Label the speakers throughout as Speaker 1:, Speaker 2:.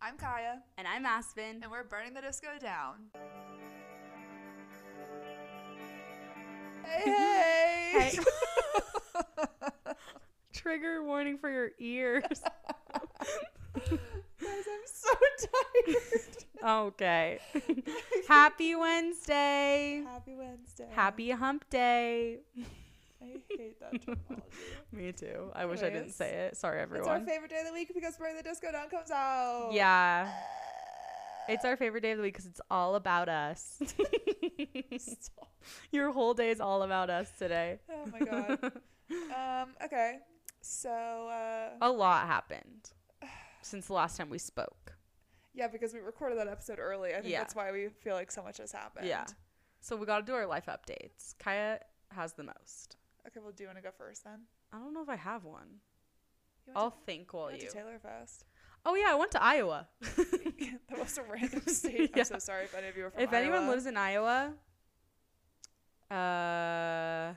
Speaker 1: I'm Kaya,
Speaker 2: And I'm Aspen.
Speaker 1: and we're burning the disco down. Hey, hey.
Speaker 2: Trigger warning for your ears.
Speaker 1: Guys, I'm so tired.
Speaker 2: okay. Happy Wednesday.
Speaker 1: Happy Wednesday.
Speaker 2: Happy hump day.
Speaker 1: I hate that terminology.
Speaker 2: Me too. I wish I didn't
Speaker 1: Anyways,
Speaker 2: say it.
Speaker 1: It's our
Speaker 2: Sorry, everyone.
Speaker 1: favorite day of the week because Burn the Disco Down comes out.
Speaker 2: yeah. It's our favorite day of the week because it's all about us.
Speaker 1: Stop.
Speaker 2: your whole day is all about us today.
Speaker 1: Oh my god. um, okay. So uh,
Speaker 2: A lot happened since the last time we spoke.
Speaker 1: yeah, because we recorded that episode early. I think
Speaker 2: Yeah.
Speaker 1: that's why we feel like so much has happened.
Speaker 2: Yeah. So we got to do our life updates. Kaya has the most.
Speaker 1: Okay, well, do you want to go first then?
Speaker 2: I don't know if I have one.
Speaker 1: You went
Speaker 2: I'll
Speaker 1: to,
Speaker 2: think
Speaker 1: you
Speaker 2: while
Speaker 1: went
Speaker 2: you.
Speaker 1: to Taylor Fest.
Speaker 2: Oh yeah, I went to Iowa.
Speaker 1: that was a random state.
Speaker 2: Yeah.
Speaker 1: I'm so sorry if any of you are from
Speaker 2: if anyone
Speaker 1: Iowa.
Speaker 2: lives in Iowa, uh,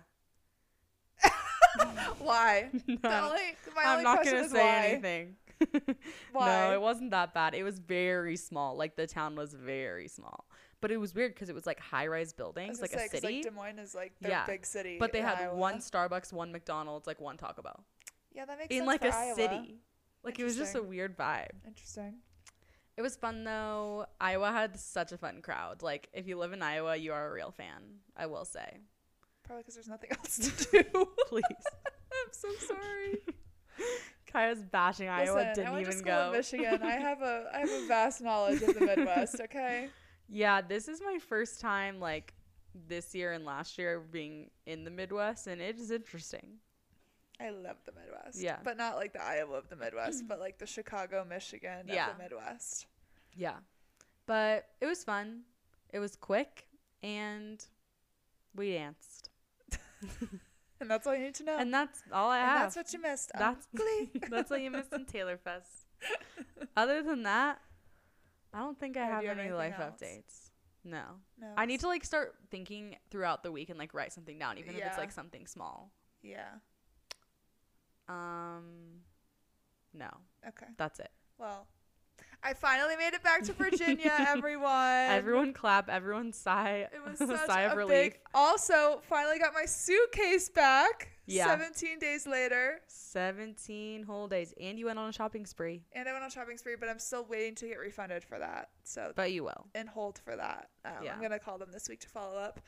Speaker 1: why?
Speaker 2: no,
Speaker 1: The only, my
Speaker 2: I'm
Speaker 1: only
Speaker 2: not
Speaker 1: question
Speaker 2: gonna
Speaker 1: is
Speaker 2: say
Speaker 1: why.
Speaker 2: anything.
Speaker 1: Why?
Speaker 2: No, it wasn't that bad. It was very small. Like the town was very small, but it was weird because it was like high-rise
Speaker 1: I was
Speaker 2: buildings,
Speaker 1: gonna
Speaker 2: like a
Speaker 1: say, 'cause,
Speaker 2: city.
Speaker 1: Des Moines is like their
Speaker 2: Yeah.
Speaker 1: big city.
Speaker 2: but they
Speaker 1: in
Speaker 2: had
Speaker 1: Iowa.
Speaker 2: one Starbucks, one McDonald's, like one Taco Bell
Speaker 1: Yeah, that makes
Speaker 2: in
Speaker 1: sense
Speaker 2: like
Speaker 1: for
Speaker 2: a
Speaker 1: Iowa.
Speaker 2: city. Like it was just a
Speaker 1: Interesting.
Speaker 2: weird vibe.
Speaker 1: Interesting.
Speaker 2: It was fun though. Iowa had such a fun crowd. Like if you live in Iowa, you are a real fan. I will say.
Speaker 1: Probably because there's nothing else to do.
Speaker 2: Please.
Speaker 1: I'm so sorry.
Speaker 2: Kaya's bashing Iowa.
Speaker 1: Listen,
Speaker 2: didn't
Speaker 1: I went
Speaker 2: even
Speaker 1: to school
Speaker 2: go.
Speaker 1: in Michigan. I have a I have a vast knowledge of the Midwest. Okay.
Speaker 2: yeah, this is my first time like this year and last year being in the Midwest, and it is interesting.
Speaker 1: I love the Midwest.
Speaker 2: Yeah.
Speaker 1: But not like the Iowa of the Midwest, but like the Chicago, Michigan
Speaker 2: Yeah.
Speaker 1: of the Midwest.
Speaker 2: Yeah, but it was fun. It was quick, and we danced,
Speaker 1: And that's all you need to know.
Speaker 2: Oh. and that's all I
Speaker 1: And
Speaker 2: have.
Speaker 1: that's what you missed. Um, on
Speaker 2: That's
Speaker 1: Glee.
Speaker 2: that's what you missed in Taylor Fest. Other than that, I don't think I
Speaker 1: Yeah, do
Speaker 2: have
Speaker 1: you have
Speaker 2: any life
Speaker 1: anything else?
Speaker 2: updates. No.
Speaker 1: No,
Speaker 2: I need to like start thinking throughout the week and like write something down, even if
Speaker 1: Yeah.
Speaker 2: it's like something small.
Speaker 1: Yeah.
Speaker 2: Um, no,
Speaker 1: Okay.
Speaker 2: that's it.
Speaker 1: Well, I finally made it back to Virginia, everyone.
Speaker 2: everyone clap, everyone sigh.
Speaker 1: It was
Speaker 2: a
Speaker 1: such
Speaker 2: sigh
Speaker 1: a
Speaker 2: of relief.
Speaker 1: big. Also, finally got my suitcase back.
Speaker 2: Yeah.
Speaker 1: Seventeen days later,
Speaker 2: Seventeen whole days, and you went on a shopping spree,
Speaker 1: and I went on shopping spree, but I'm still waiting to get refunded for that. So
Speaker 2: but you will.
Speaker 1: and hold for that. Um,
Speaker 2: Yeah.
Speaker 1: I'm gonna call them this week to follow up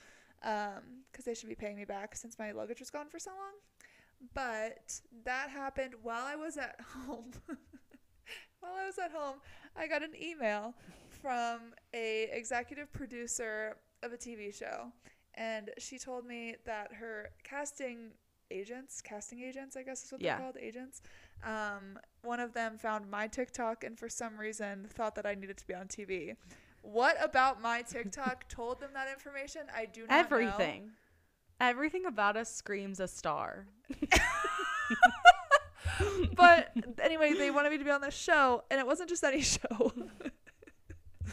Speaker 1: because they should be paying me back since my luggage was gone for so long. But that happened while I was at home. while I was at home, I got an email from a executive producer of a TV show, and she told me that her casting agents, casting agents, I guess is what
Speaker 2: Yeah.
Speaker 1: they're called, agents. Um, one of them found my TikTok and for some reason thought that I needed to be on TV. What about my TikTok told them that information? I do not know.
Speaker 2: Everything, everything about us screams a star.
Speaker 1: But anyway, they wanted me to be on this show, and it wasn't just any show.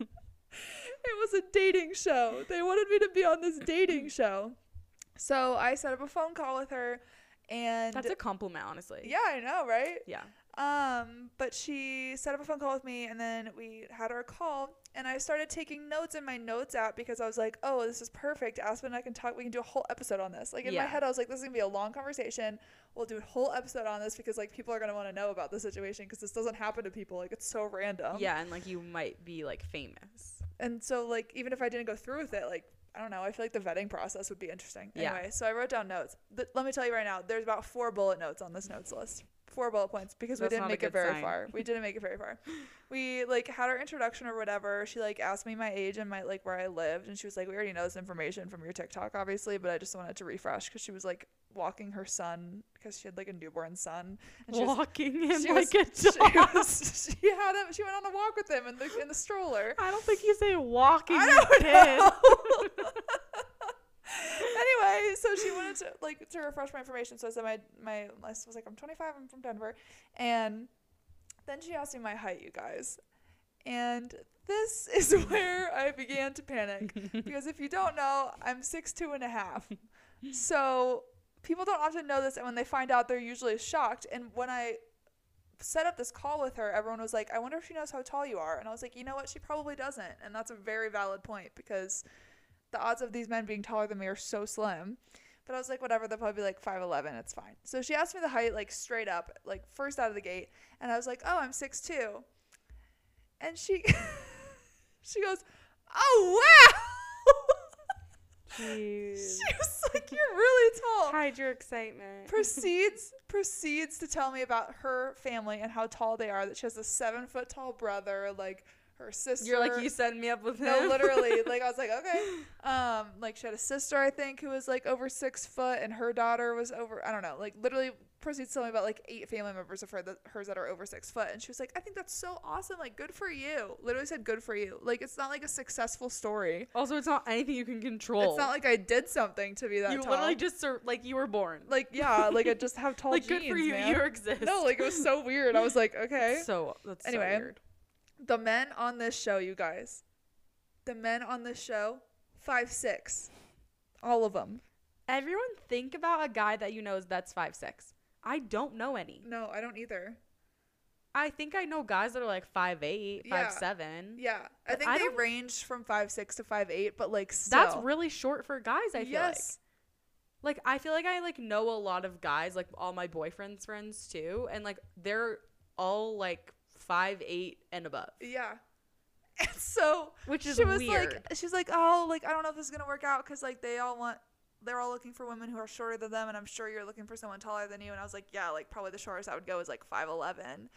Speaker 1: it was a dating show. They wanted me to be on this dating show. So I set up a phone call with her, and
Speaker 2: That's a compliment, honestly.
Speaker 1: yeah, I know, right?
Speaker 2: Yeah.
Speaker 1: Um, but she set up a phone call with me, and then we had our call, and I started taking notes in my notes app because I was like, "Oh, this is perfect. Aspen and I can talk. We can do a whole episode on this." Like in
Speaker 2: Yeah.
Speaker 1: my head, I was like, "This is gonna be a long conversation. We'll do a whole episode on this because like people are gonna want to know about the situation because this doesn't happen to people. Like it's so random."
Speaker 2: yeah, and like you might be like famous.
Speaker 1: And so like even if I didn't go through with it, like I don't know, I feel like the vetting process would be interesting.
Speaker 2: Yeah.
Speaker 1: Anyway, so I wrote down notes. Th- let me tell you right now, there's about four bullet notes on this notes list. Four bullet points because we
Speaker 2: That's
Speaker 1: didn't
Speaker 2: not a
Speaker 1: make it
Speaker 2: good
Speaker 1: very
Speaker 2: sign.
Speaker 1: far. We didn't make it very far. We like had our introduction or whatever. She like asked me my age and my like where I lived, and she was like, "We already know this information from your TikTok, obviously, but I just wanted to refresh because she was like walking her son because she had like a newborn son, and she was
Speaker 2: Walking him
Speaker 1: she
Speaker 2: like
Speaker 1: was-
Speaker 2: a dog.
Speaker 1: She, was, she had him. She went on a walk with him in the in the stroller.
Speaker 2: I don't think you say walking
Speaker 1: I
Speaker 2: your kid.
Speaker 1: anyway, so she wanted to like to refresh my information. So I said my my list was like I'm 25, I'm from Denver, and then she asked me my height, you guys, and this is where I began to panic because if you don't know, I'm six two and a half. So people don't often know this, and when they find out, they're usually shocked. And when I set up this call with her, everyone was like, I wonder if she knows how tall you are. And I was like, you know what? She probably doesn't. And that's a very valid point because the odds of these men being taller than me are so slim. But I was like, whatever, they'll probably be like 5'11, it's fine. So she asked me the height, like straight up, like first out of the gate. And I was like, oh, I'm 6'2. And she, she goes, oh, wow.
Speaker 2: Jeez.
Speaker 1: She was like, "You're really tall."
Speaker 2: Hide your excitement.
Speaker 1: proceeds proceeds to tell me about her family and how tall they are. That she has a seven foot tall brother, like her sister.
Speaker 2: You're like you set me up with him.
Speaker 1: no, literally. Like I was like, okay. Um, like she had a sister, I think, who was like over six foot, and her daughter was over. I don't know. Like literally, proceeds to tell me about like eight family members of her that hers that are over six foot, and she was like, I think that's so awesome. Like good for you. Literally said, good for you. Like it's not like a successful story.
Speaker 2: also, it's not anything you can control.
Speaker 1: It's not like I did something to be that
Speaker 2: you
Speaker 1: tall.
Speaker 2: literally just sur- like you were born.
Speaker 1: like yeah, like I just have tall
Speaker 2: Like,
Speaker 1: jeans.
Speaker 2: good for you.
Speaker 1: man.
Speaker 2: You exist.
Speaker 1: No, like it was so weird. I was like, okay.
Speaker 2: so that's
Speaker 1: Anyway.
Speaker 2: so weird.
Speaker 1: the men on this show, you guys, the men on this show, five six, all of them.
Speaker 2: Everyone think about a guy that you know is that's five six. I don't know any.
Speaker 1: No, I don't either.
Speaker 2: I think I know guys that are like five eight,
Speaker 1: Yeah.
Speaker 2: five seven.
Speaker 1: Yeah, I
Speaker 2: But
Speaker 1: think
Speaker 2: I
Speaker 1: they
Speaker 2: don't-
Speaker 1: range from five six to five eight, but like still.
Speaker 2: That's really short for guys. I feel
Speaker 1: yes.
Speaker 2: like. Like I feel like I like know a lot of guys, like all my boyfriend's friends too, and like they're all like five eight and above,
Speaker 1: Yeah. And so
Speaker 2: which is
Speaker 1: she was
Speaker 2: weird.
Speaker 1: like, she's like, oh, like I don't know if this is gonna work out because like they all want, they're all looking for women who are shorter than them, and I'm sure you're looking for someone taller than you. And I was like, yeah, like probably the shortest I would go is like five eleven.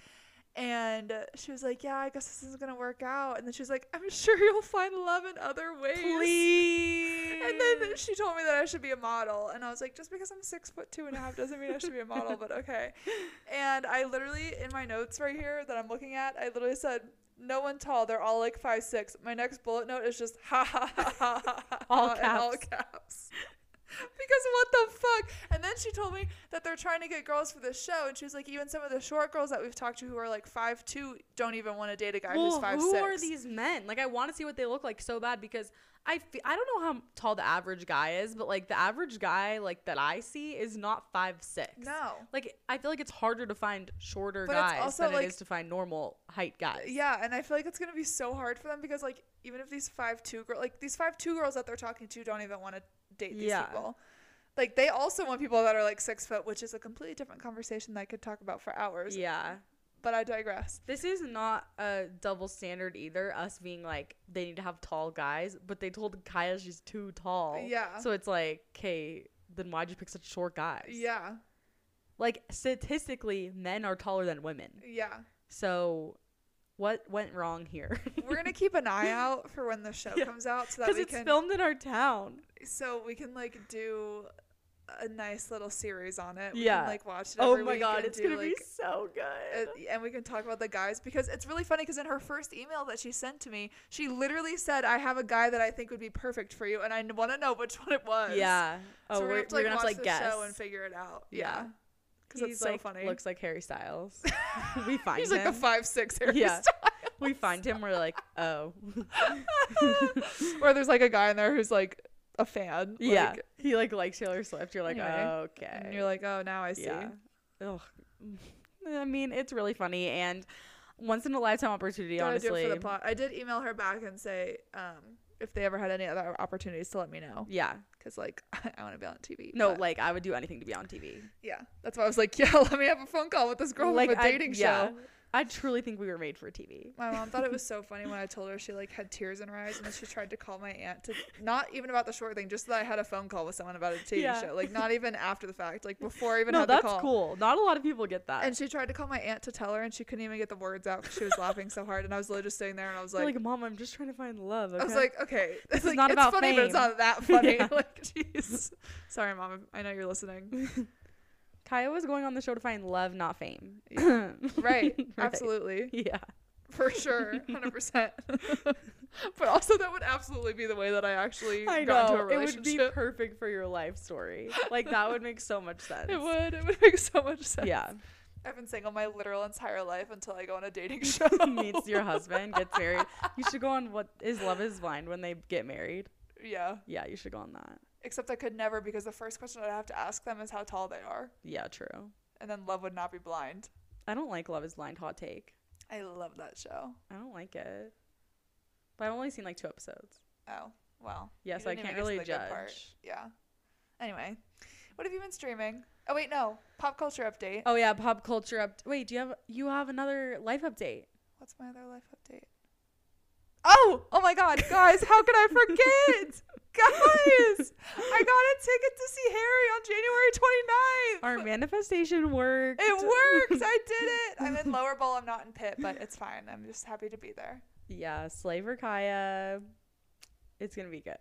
Speaker 1: And uh, she was like, yeah, I guess this isn't gonna work out. And then she was like, I'm sure you'll find love in other ways.
Speaker 2: please.
Speaker 1: And then she told me that I should be a model, and I was like, just because I'm six foot two and a half doesn't mean I should be a model, but okay. And I literally in my notes right here that I'm looking at, I literally said, "No one tall. They're all like five six. My next bullet note is just ha ha ha ha ha, ha
Speaker 2: All
Speaker 1: ha," in all caps. Because what the fuck? And then she told me that they're trying to get girls for this show, and she was like, even some of the short girls that we've talked to who are like five two don't even want to date a guy who's
Speaker 2: well,
Speaker 1: five
Speaker 2: who
Speaker 1: six.
Speaker 2: are these men? Like, I want to see what they look like so bad because I fe- I don't know how tall the average guy is, but like the average guy like that I see is not five six.
Speaker 1: No.
Speaker 2: Like I feel like it's harder to find shorter
Speaker 1: But it's
Speaker 2: guys
Speaker 1: also,
Speaker 2: than
Speaker 1: like-
Speaker 2: it is to find normal height guys.
Speaker 1: Yeah, and I feel like it's gonna be so hard for them because like even if these five two girl like these five two girls that they're talking to don't even want to date these
Speaker 2: Yeah.
Speaker 1: people. Like they also want people that are like six foot, which is a completely different conversation that I could talk about for hours.
Speaker 2: Yeah.
Speaker 1: But I digress.
Speaker 2: This is not a double standard either. Us being like they need to have tall guys, but they told Kaya she's too tall.
Speaker 1: Yeah.
Speaker 2: So it's like, okay, then why'd you pick such short guys?
Speaker 1: Yeah.
Speaker 2: Like statistically, men are taller than women.
Speaker 1: Yeah.
Speaker 2: So, what went wrong here?
Speaker 1: We're gonna keep an eye out for when the show
Speaker 2: Yeah,
Speaker 1: comes out so that
Speaker 2: Because
Speaker 1: we
Speaker 2: it's
Speaker 1: can
Speaker 2: filmed in our town.
Speaker 1: so we can like do a nice little series on it. We can,
Speaker 2: Yeah.
Speaker 1: like watch it.
Speaker 2: Oh
Speaker 1: every
Speaker 2: my
Speaker 1: week
Speaker 2: god,
Speaker 1: and
Speaker 2: it's
Speaker 1: do,
Speaker 2: gonna be
Speaker 1: like,
Speaker 2: so good.
Speaker 1: uh, and we can talk about the guys because it's really funny because in her first email that she sent to me, she literally said, "I have a guy that I think would be perfect for you, and I want to know which one it was."
Speaker 2: yeah. Oh,
Speaker 1: So
Speaker 2: we're, we're gonna have to
Speaker 1: watch
Speaker 2: like
Speaker 1: the
Speaker 2: guess.
Speaker 1: show and figure it out.
Speaker 2: Yeah.
Speaker 1: Yeah, because
Speaker 2: He's,
Speaker 1: it's so
Speaker 2: like,
Speaker 1: funny.
Speaker 2: Looks like Harry Styles. we find
Speaker 1: He's
Speaker 2: him.
Speaker 1: like a five six hairstyle.
Speaker 2: Yeah. we find him. We're like, oh,
Speaker 1: Or there's like a guy in there who's like a fan.
Speaker 2: yeah.
Speaker 1: like-
Speaker 2: he like likes Taylor Swift. You're like,
Speaker 1: Anyway,
Speaker 2: oh, okay.
Speaker 1: and you're like, oh, now I see.
Speaker 2: yeah. Ugh. I mean, it's really funny and once in a lifetime opportunity.
Speaker 1: Gotta
Speaker 2: honestly,
Speaker 1: do it for the plot. I did email her back and say, um, if they ever had any other opportunities to let me know,
Speaker 2: yeah.
Speaker 1: because like I want to be on TV.
Speaker 2: No,
Speaker 1: but-
Speaker 2: like I would do anything to be on TV.
Speaker 1: Yeah, that's why I was like, yeah, let me have a phone call with this girl from a
Speaker 2: I-
Speaker 1: dating show.
Speaker 2: yeah. I truly think we were made for TV.
Speaker 1: My mom thought it was so funny when I told her she like had tears in her eyes and then she tried to call my aunt to not even about the short thing, just that I had a phone call with someone about a TV
Speaker 2: Yeah.
Speaker 1: show, like not even after the fact, like before I even
Speaker 2: no,
Speaker 1: had
Speaker 2: that's
Speaker 1: the call.
Speaker 2: cool. Not a lot of people get that.
Speaker 1: And she tried to call my aunt to tell her, and she couldn't even get the words out because she was laughing so hard. And I was literally just sitting there, and I was
Speaker 2: You're
Speaker 1: like,
Speaker 2: like, mom, I'm just trying to find love.
Speaker 1: I was
Speaker 2: okay?"
Speaker 1: like, okay, it's
Speaker 2: is
Speaker 1: like,
Speaker 2: not
Speaker 1: it's
Speaker 2: about
Speaker 1: funny, but it's
Speaker 2: fame.
Speaker 1: not that funny.
Speaker 2: Yeah.
Speaker 1: Like, jeez. Sorry, mom. I know you're listening.
Speaker 2: Kaya was going on the show to find love, not fame.
Speaker 1: right.
Speaker 2: Right.
Speaker 1: Absolutely.
Speaker 2: yeah.
Speaker 1: For sure, hundred percent. But also, that would absolutely be the way that I actually
Speaker 2: I
Speaker 1: got into a
Speaker 2: know. It would be
Speaker 1: relationship.
Speaker 2: perfect for your life story. Like that would make so much sense.
Speaker 1: It would. It would make so much sense.
Speaker 2: Yeah.
Speaker 1: I've been single my literal entire life until I go on a dating show.
Speaker 2: Meets your husband, gets married. You should go on what is Love is Blind when they get married.
Speaker 1: yeah.
Speaker 2: Yeah, you should go on that.
Speaker 1: Except I could never because the first question I'd have to ask them is how tall they are,
Speaker 2: Yeah, true.
Speaker 1: and then love would not be blind.
Speaker 2: I don't like Love Is Blind hot take.
Speaker 1: I love that show.
Speaker 2: I don't like it. But I've only seen like two episodes.
Speaker 1: Oh, well.
Speaker 2: Yeah,
Speaker 1: you
Speaker 2: so I
Speaker 1: didn't
Speaker 2: can't
Speaker 1: even
Speaker 2: really
Speaker 1: get to the good part.
Speaker 2: judge.
Speaker 1: Yeah. Anyway, what have you been streaming? Oh wait, no. Pop culture update.
Speaker 2: Oh yeah, pop culture up. Wait, do you have you have another life update?
Speaker 1: What's my other life update? Oh, oh my God, guys! How could I forget? guys, I got a ticket to see Harry on January 29th.
Speaker 2: Our manifestation worked.
Speaker 1: It works. I did it. I'm in Lower Bowl. I'm not in Pitt, but it's fine. I'm just happy to be there.
Speaker 2: yeah, Slaver Kaya. It's gonna be good.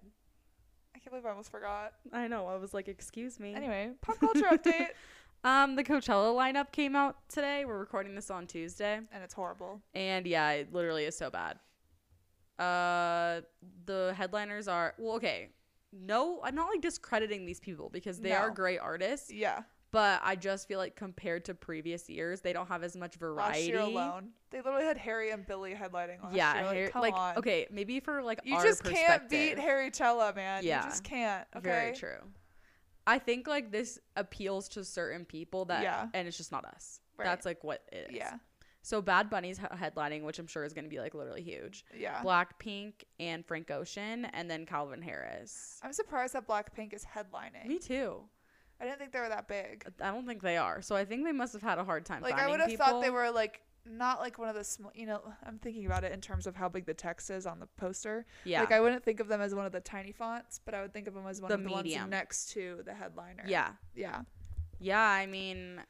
Speaker 1: I can't believe I almost forgot.
Speaker 2: I know. I was like, excuse me.
Speaker 1: Anyway, pop culture update.
Speaker 2: Um, the Coachella lineup came out today. We're recording this on Tuesday.
Speaker 1: And it's horrible.
Speaker 2: And yeah, it literally is so bad. Uh, the headliners are well, okay. No, I'm not like discrediting these people because they are
Speaker 1: No.
Speaker 2: great artists,
Speaker 1: Yeah.
Speaker 2: but I just feel like compared to previous years, they don't have as much variety.
Speaker 1: Last year alone, they literally had Harry and Billy headlining last
Speaker 2: yeah,
Speaker 1: year. Like,
Speaker 2: Harry-
Speaker 1: come
Speaker 2: like,
Speaker 1: on.
Speaker 2: okay, maybe for like
Speaker 1: You
Speaker 2: our
Speaker 1: just can't beat
Speaker 2: perspective.
Speaker 1: Harry Chella, man.
Speaker 2: Yeah.
Speaker 1: You just can't. Okay.
Speaker 2: Very true. I think like this appeals to certain people that,
Speaker 1: Yeah.
Speaker 2: and it's just not us.
Speaker 1: Right.
Speaker 2: That's like what it is.
Speaker 1: Yeah.
Speaker 2: So Bad Bunny's he- headlining, which I'm sure is going to be like literally huge.
Speaker 1: Yeah.
Speaker 2: Blackpink and Frank Ocean, and then Calvin Harris.
Speaker 1: I'm surprised that Blackpink is headlining.
Speaker 2: Me too.
Speaker 1: I didn't think they were that big.
Speaker 2: I don't think they are. So I think they must have had a hard time.
Speaker 1: Like I
Speaker 2: finding
Speaker 1: would have thought they
Speaker 2: people.
Speaker 1: were like not like one of the small. You know, I'm thinking about it in terms of how big the text is on the poster.
Speaker 2: Yeah.
Speaker 1: Like I wouldn't think of them as one of the tiny fonts, but I would think of them as one
Speaker 2: The
Speaker 1: of the
Speaker 2: medium.
Speaker 1: ones next to the headliner.
Speaker 2: yeah.
Speaker 1: Yeah.
Speaker 2: Yeah. I mean,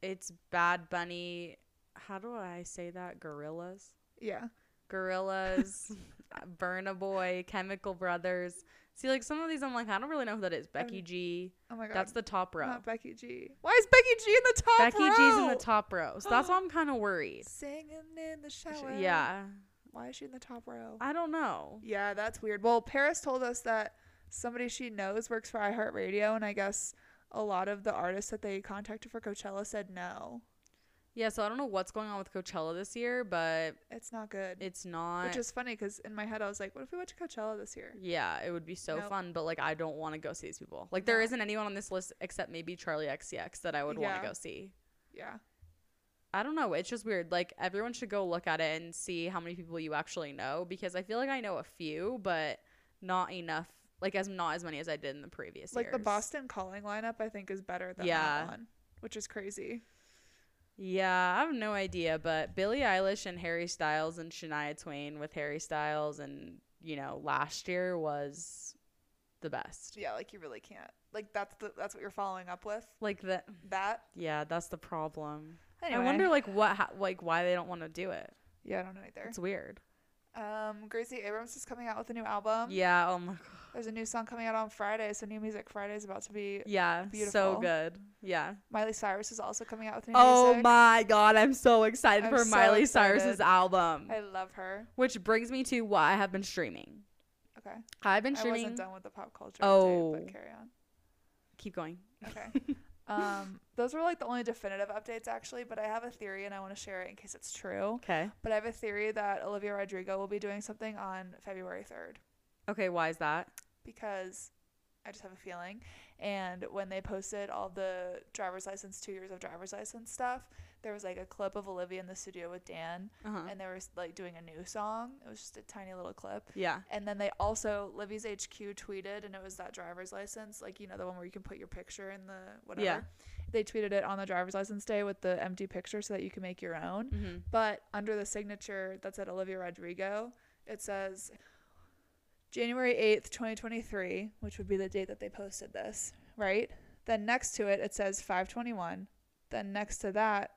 Speaker 2: it's Bad Bunny. How do I say that? Gorillas.
Speaker 1: Yeah.
Speaker 2: Gorillas, uh, Burna Boy, Chemical Brothers. See, like some of these, I'm like, I don't really know who that is. Becky G.
Speaker 1: Oh my god.
Speaker 2: That's the top row.
Speaker 1: Not Becky G. Why is Becky G in the top?
Speaker 2: Becky G's in
Speaker 1: row?
Speaker 2: the top row, so that's why I'm kind of worried.
Speaker 1: Singing in the shower.
Speaker 2: Yeah,
Speaker 1: Why is she in the top row?
Speaker 2: I don't know.
Speaker 1: Yeah, that's weird. Well, Paris told us that somebody she knows works for iHeartRadio, and I guess a lot of the artists that they contacted for Coachella said no,
Speaker 2: Yeah, so I don't know what's going on with Coachella this year, but
Speaker 1: it's not good.
Speaker 2: it's not.
Speaker 1: Which is funny because in my head I was like, what if we went to Coachella this year?
Speaker 2: yeah, it would be so
Speaker 1: Nope.
Speaker 2: fun, but like I don't want to go see these people. Like there
Speaker 1: No.
Speaker 2: not anyone on this list except maybe Charlie XCX that I would want
Speaker 1: Yeah.
Speaker 2: to go see.
Speaker 1: Yeah,
Speaker 2: I don't know. It's just weird. Like everyone should go look at it and see how many people you actually know because I feel like I know a few, but not enough. Like as not as many as I did in the previous
Speaker 1: like the
Speaker 2: years.
Speaker 1: Boston Calling lineup, I think is better than
Speaker 2: Yeah.
Speaker 1: that one, which is crazy.
Speaker 2: Yeah, I have no idea, but Billie Eilish and Harry Styles and Shania Twain with Harry Styles and you know last year was the best.
Speaker 1: Yeah, like you really can't. Like that's the that's what you're following up with.
Speaker 2: Like that.
Speaker 1: That.
Speaker 2: Yeah, that's the problem.
Speaker 1: Anyway.
Speaker 2: Mm-hmm. I wonder like what ha- like why they don't want to do it.
Speaker 1: Yeah, I don't know either.
Speaker 2: It's weird.
Speaker 1: Um, Gracie Abrams is coming out with a new album.
Speaker 2: Yeah. Oh my god.
Speaker 1: There's a new song coming out on Friday, so New Music Friday is about to be.
Speaker 2: Yeah. So
Speaker 1: Beautiful.
Speaker 2: good. Yeah.
Speaker 1: Miley Cyrus is also coming out with new
Speaker 2: Oh
Speaker 1: music.
Speaker 2: my god, I'm so excited
Speaker 1: I'm
Speaker 2: for
Speaker 1: so
Speaker 2: Miley Cyrus's
Speaker 1: excited.
Speaker 2: album.
Speaker 1: I love her.
Speaker 2: which brings me to what I have been streaming.
Speaker 1: Okay.
Speaker 2: I've been
Speaker 1: I wasn't
Speaker 2: streaming.
Speaker 1: done with the pop culture. Update,
Speaker 2: Oh.
Speaker 1: but carry on.
Speaker 2: Keep going.
Speaker 1: Okay. um, those were like the only definitive updates actually, but I have a theory and I want to share it in case it's true.
Speaker 2: Okay.
Speaker 1: But I have a theory that Olivia Rodrigo will be doing something on February 3rd
Speaker 2: Okay, why is that?
Speaker 1: because I just have a feeling. And when they posted all the driver's license, two years of driver's license stuff, there was like a clip of Olivia in the studio with Dan,
Speaker 2: Uh-huh.
Speaker 1: and they were like doing a new song. It was just a tiny little clip.
Speaker 2: Yeah.
Speaker 1: And then they also Livy's HQ tweeted, and it was that driver's license, like you know the one where you can put your picture in the whatever.
Speaker 2: Yeah.
Speaker 1: They tweeted it on the driver's license day with the empty picture so that you can make your own.
Speaker 2: Mm-hmm.
Speaker 1: But under the signature that said Olivia Rodrigo, it says January eighth, twenty twenty three, which would be the date that they posted this, right? Then next to it, it says five twenty one. Then next to that,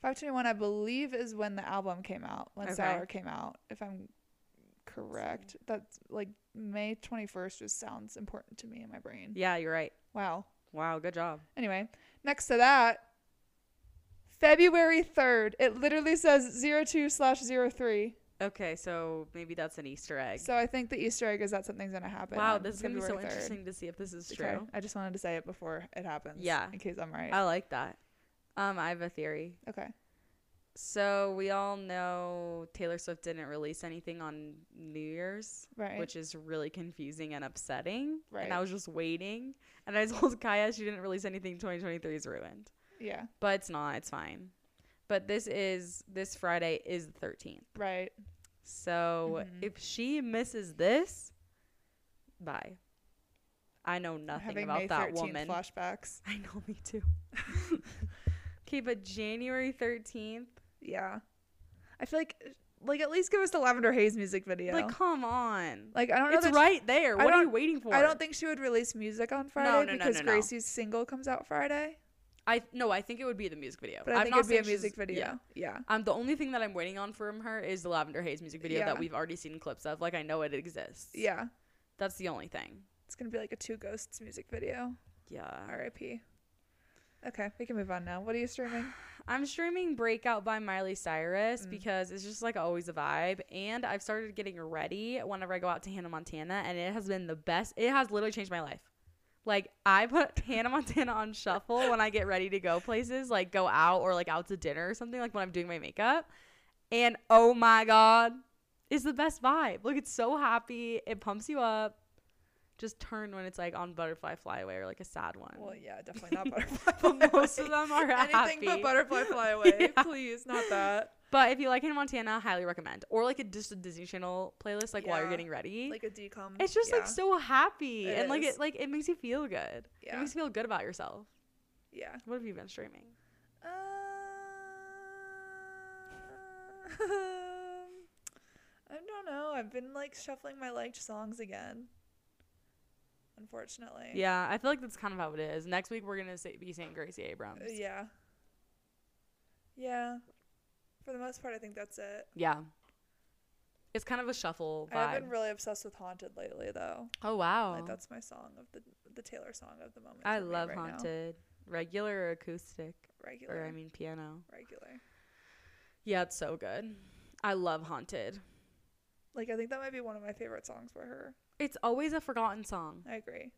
Speaker 1: five twenty one, I believe, is when the album came out, when
Speaker 2: Okay.
Speaker 1: Sour came out, if I'm correct. That's like May twenty first. Just sounds important to me in my brain.
Speaker 2: Yeah, you're right.
Speaker 1: Wow.
Speaker 2: Wow, good job.
Speaker 1: Anyway, next to that, February 3rd. It literally says 02 slash 03.
Speaker 2: Okay, so maybe that's an Easter egg.
Speaker 1: So I think the Easter egg is that something's going to happen.
Speaker 2: wow,
Speaker 1: on
Speaker 2: this is gonna be so
Speaker 1: February 3rd.
Speaker 2: interesting to see if this is true.
Speaker 1: Okay, I just wanted to say it before it happens.
Speaker 2: Yeah.
Speaker 1: In case I'm right.
Speaker 2: I like that. Um, I have a theory.
Speaker 1: okay.
Speaker 2: So we all know Taylor Swift didn't release anything on New Year's,
Speaker 1: Right.
Speaker 2: which is really confusing and upsetting. And I
Speaker 1: Right.
Speaker 2: was just waiting, and I told Kaya she didn't release anything. 2023 is ruined,
Speaker 1: yeah.
Speaker 2: but it's not. It's fine. But this is this Friday is the 13th.
Speaker 1: Right.
Speaker 2: So
Speaker 1: Mhm.
Speaker 2: if she misses this, bye. I know
Speaker 1: I'm
Speaker 2: nothing
Speaker 1: having
Speaker 2: about
Speaker 1: May
Speaker 2: that
Speaker 1: 13th
Speaker 2: woman.
Speaker 1: flashbacks.
Speaker 2: I know me too. okay, but January 13th.
Speaker 1: Yeah. I feel like like at least give us the Lavender Haze music video.
Speaker 2: Like, come on.
Speaker 1: Like, I don't know
Speaker 2: It's
Speaker 1: that she-
Speaker 2: right there.
Speaker 1: I
Speaker 2: What are you
Speaker 1: don't-
Speaker 2: waiting for?
Speaker 1: I don't think she would release music on Friday
Speaker 2: no, no,
Speaker 1: because
Speaker 2: no, no.
Speaker 1: Gracie's single comes out Friday.
Speaker 2: I no. I think it would be the music video.
Speaker 1: But I
Speaker 2: I'm
Speaker 1: think
Speaker 2: not
Speaker 1: it'd be a
Speaker 2: saying she's-
Speaker 1: music video.
Speaker 2: yeah.
Speaker 1: Yeah.
Speaker 2: Um, the only thing that I'm waiting on from her is the Lavender Haze music video
Speaker 1: Yeah.
Speaker 2: that we've already seen clips of. Like I know it exists.
Speaker 1: Yeah.
Speaker 2: That's the only thing.
Speaker 1: It's gonna be like a two ghosts music video.
Speaker 2: Yeah.
Speaker 1: R.I.P. Okay, we can move on now. What are you streaming?
Speaker 2: I'm streaming Breakout by Miley Cyrus
Speaker 1: Mm.
Speaker 2: because it's just like always a vibe. And I've started getting ready whenever I go out to Hannah Montana, and it has been the best. It has literally changed my life. Like I put Hannah Montana on shuffle when I get ready to go places, like go out or like out to dinner or something, like when I'm doing my makeup. And oh my god, it's the best vibe. Look, it's so happy. It pumps you up. Just turn when it's like on Butterfly Flyaway or like a sad one.
Speaker 1: Well, yeah, definitely not butterfly.
Speaker 2: but most
Speaker 1: Flyaway.
Speaker 2: of them are
Speaker 1: anything
Speaker 2: happy.
Speaker 1: but butterfly fly away.
Speaker 2: Yeah.
Speaker 1: Please, not that.
Speaker 2: But if you like Hannah Montana, highly recommend. Or like a just a Disney Channel playlist, like while you're
Speaker 1: Yeah.
Speaker 2: getting ready.
Speaker 1: Like a decom.
Speaker 2: it's just
Speaker 1: yeah.
Speaker 2: like so happy,
Speaker 1: It
Speaker 2: and like
Speaker 1: is.
Speaker 2: it like it makes you feel good. It
Speaker 1: Yeah.
Speaker 2: makes you feel good about yourself.
Speaker 1: Yeah. Uh,
Speaker 2: What have you been streaming?
Speaker 1: Um, I don't know. I've been like shuffling my liked songs again. Unfortunately.
Speaker 2: Yeah, I feel like that's kind of how it is. Next week we're gonna say, be seeing Gracie Abrams.
Speaker 1: Uh, Yeah. Yeah. For the most part, I think that's it.
Speaker 2: Yeah. It's kind of a shuffle vibe.
Speaker 1: I've been really obsessed with Haunted lately, though.
Speaker 2: oh wow.
Speaker 1: Like that's my song of the the Taylor song of the moment.
Speaker 2: I
Speaker 1: for me
Speaker 2: love
Speaker 1: right now.
Speaker 2: Haunted. Regular or acoustic,
Speaker 1: Regular.
Speaker 2: or I mean piano.
Speaker 1: regular.
Speaker 2: Yeah, it's so good. I love Haunted.
Speaker 1: Like I think that might be one of my favorite songs by her.
Speaker 2: It's always a forgotten song.
Speaker 1: I agree.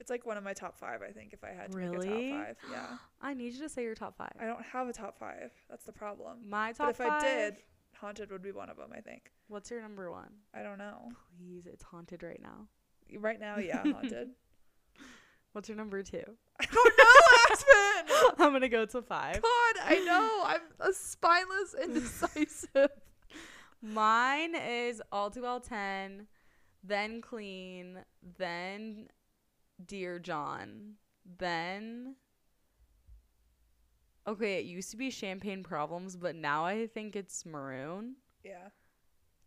Speaker 1: It's like one of my top five. I think if I had to
Speaker 2: Really?
Speaker 1: make a top five, yeah.
Speaker 2: I need you to say your top five.
Speaker 1: I don't have a top five. That's the problem.
Speaker 2: My
Speaker 1: but
Speaker 2: Mm, top
Speaker 1: if
Speaker 2: five.
Speaker 1: I did, Haunted would be one of them. I think.
Speaker 2: what's your number one?
Speaker 1: I don't know.
Speaker 2: Please, it's haunted right now.
Speaker 1: Right now, yeah, Haunted.
Speaker 2: What's your number two?
Speaker 1: I don't know, Aspen.
Speaker 2: I'm gonna go to five.
Speaker 1: God, I know. I'm a spineless indecisive.
Speaker 2: Mine is all too well ten, then clean, then dear John, then. Okay, it used to be champagne problems, but now I think it's maroon,
Speaker 1: yeah.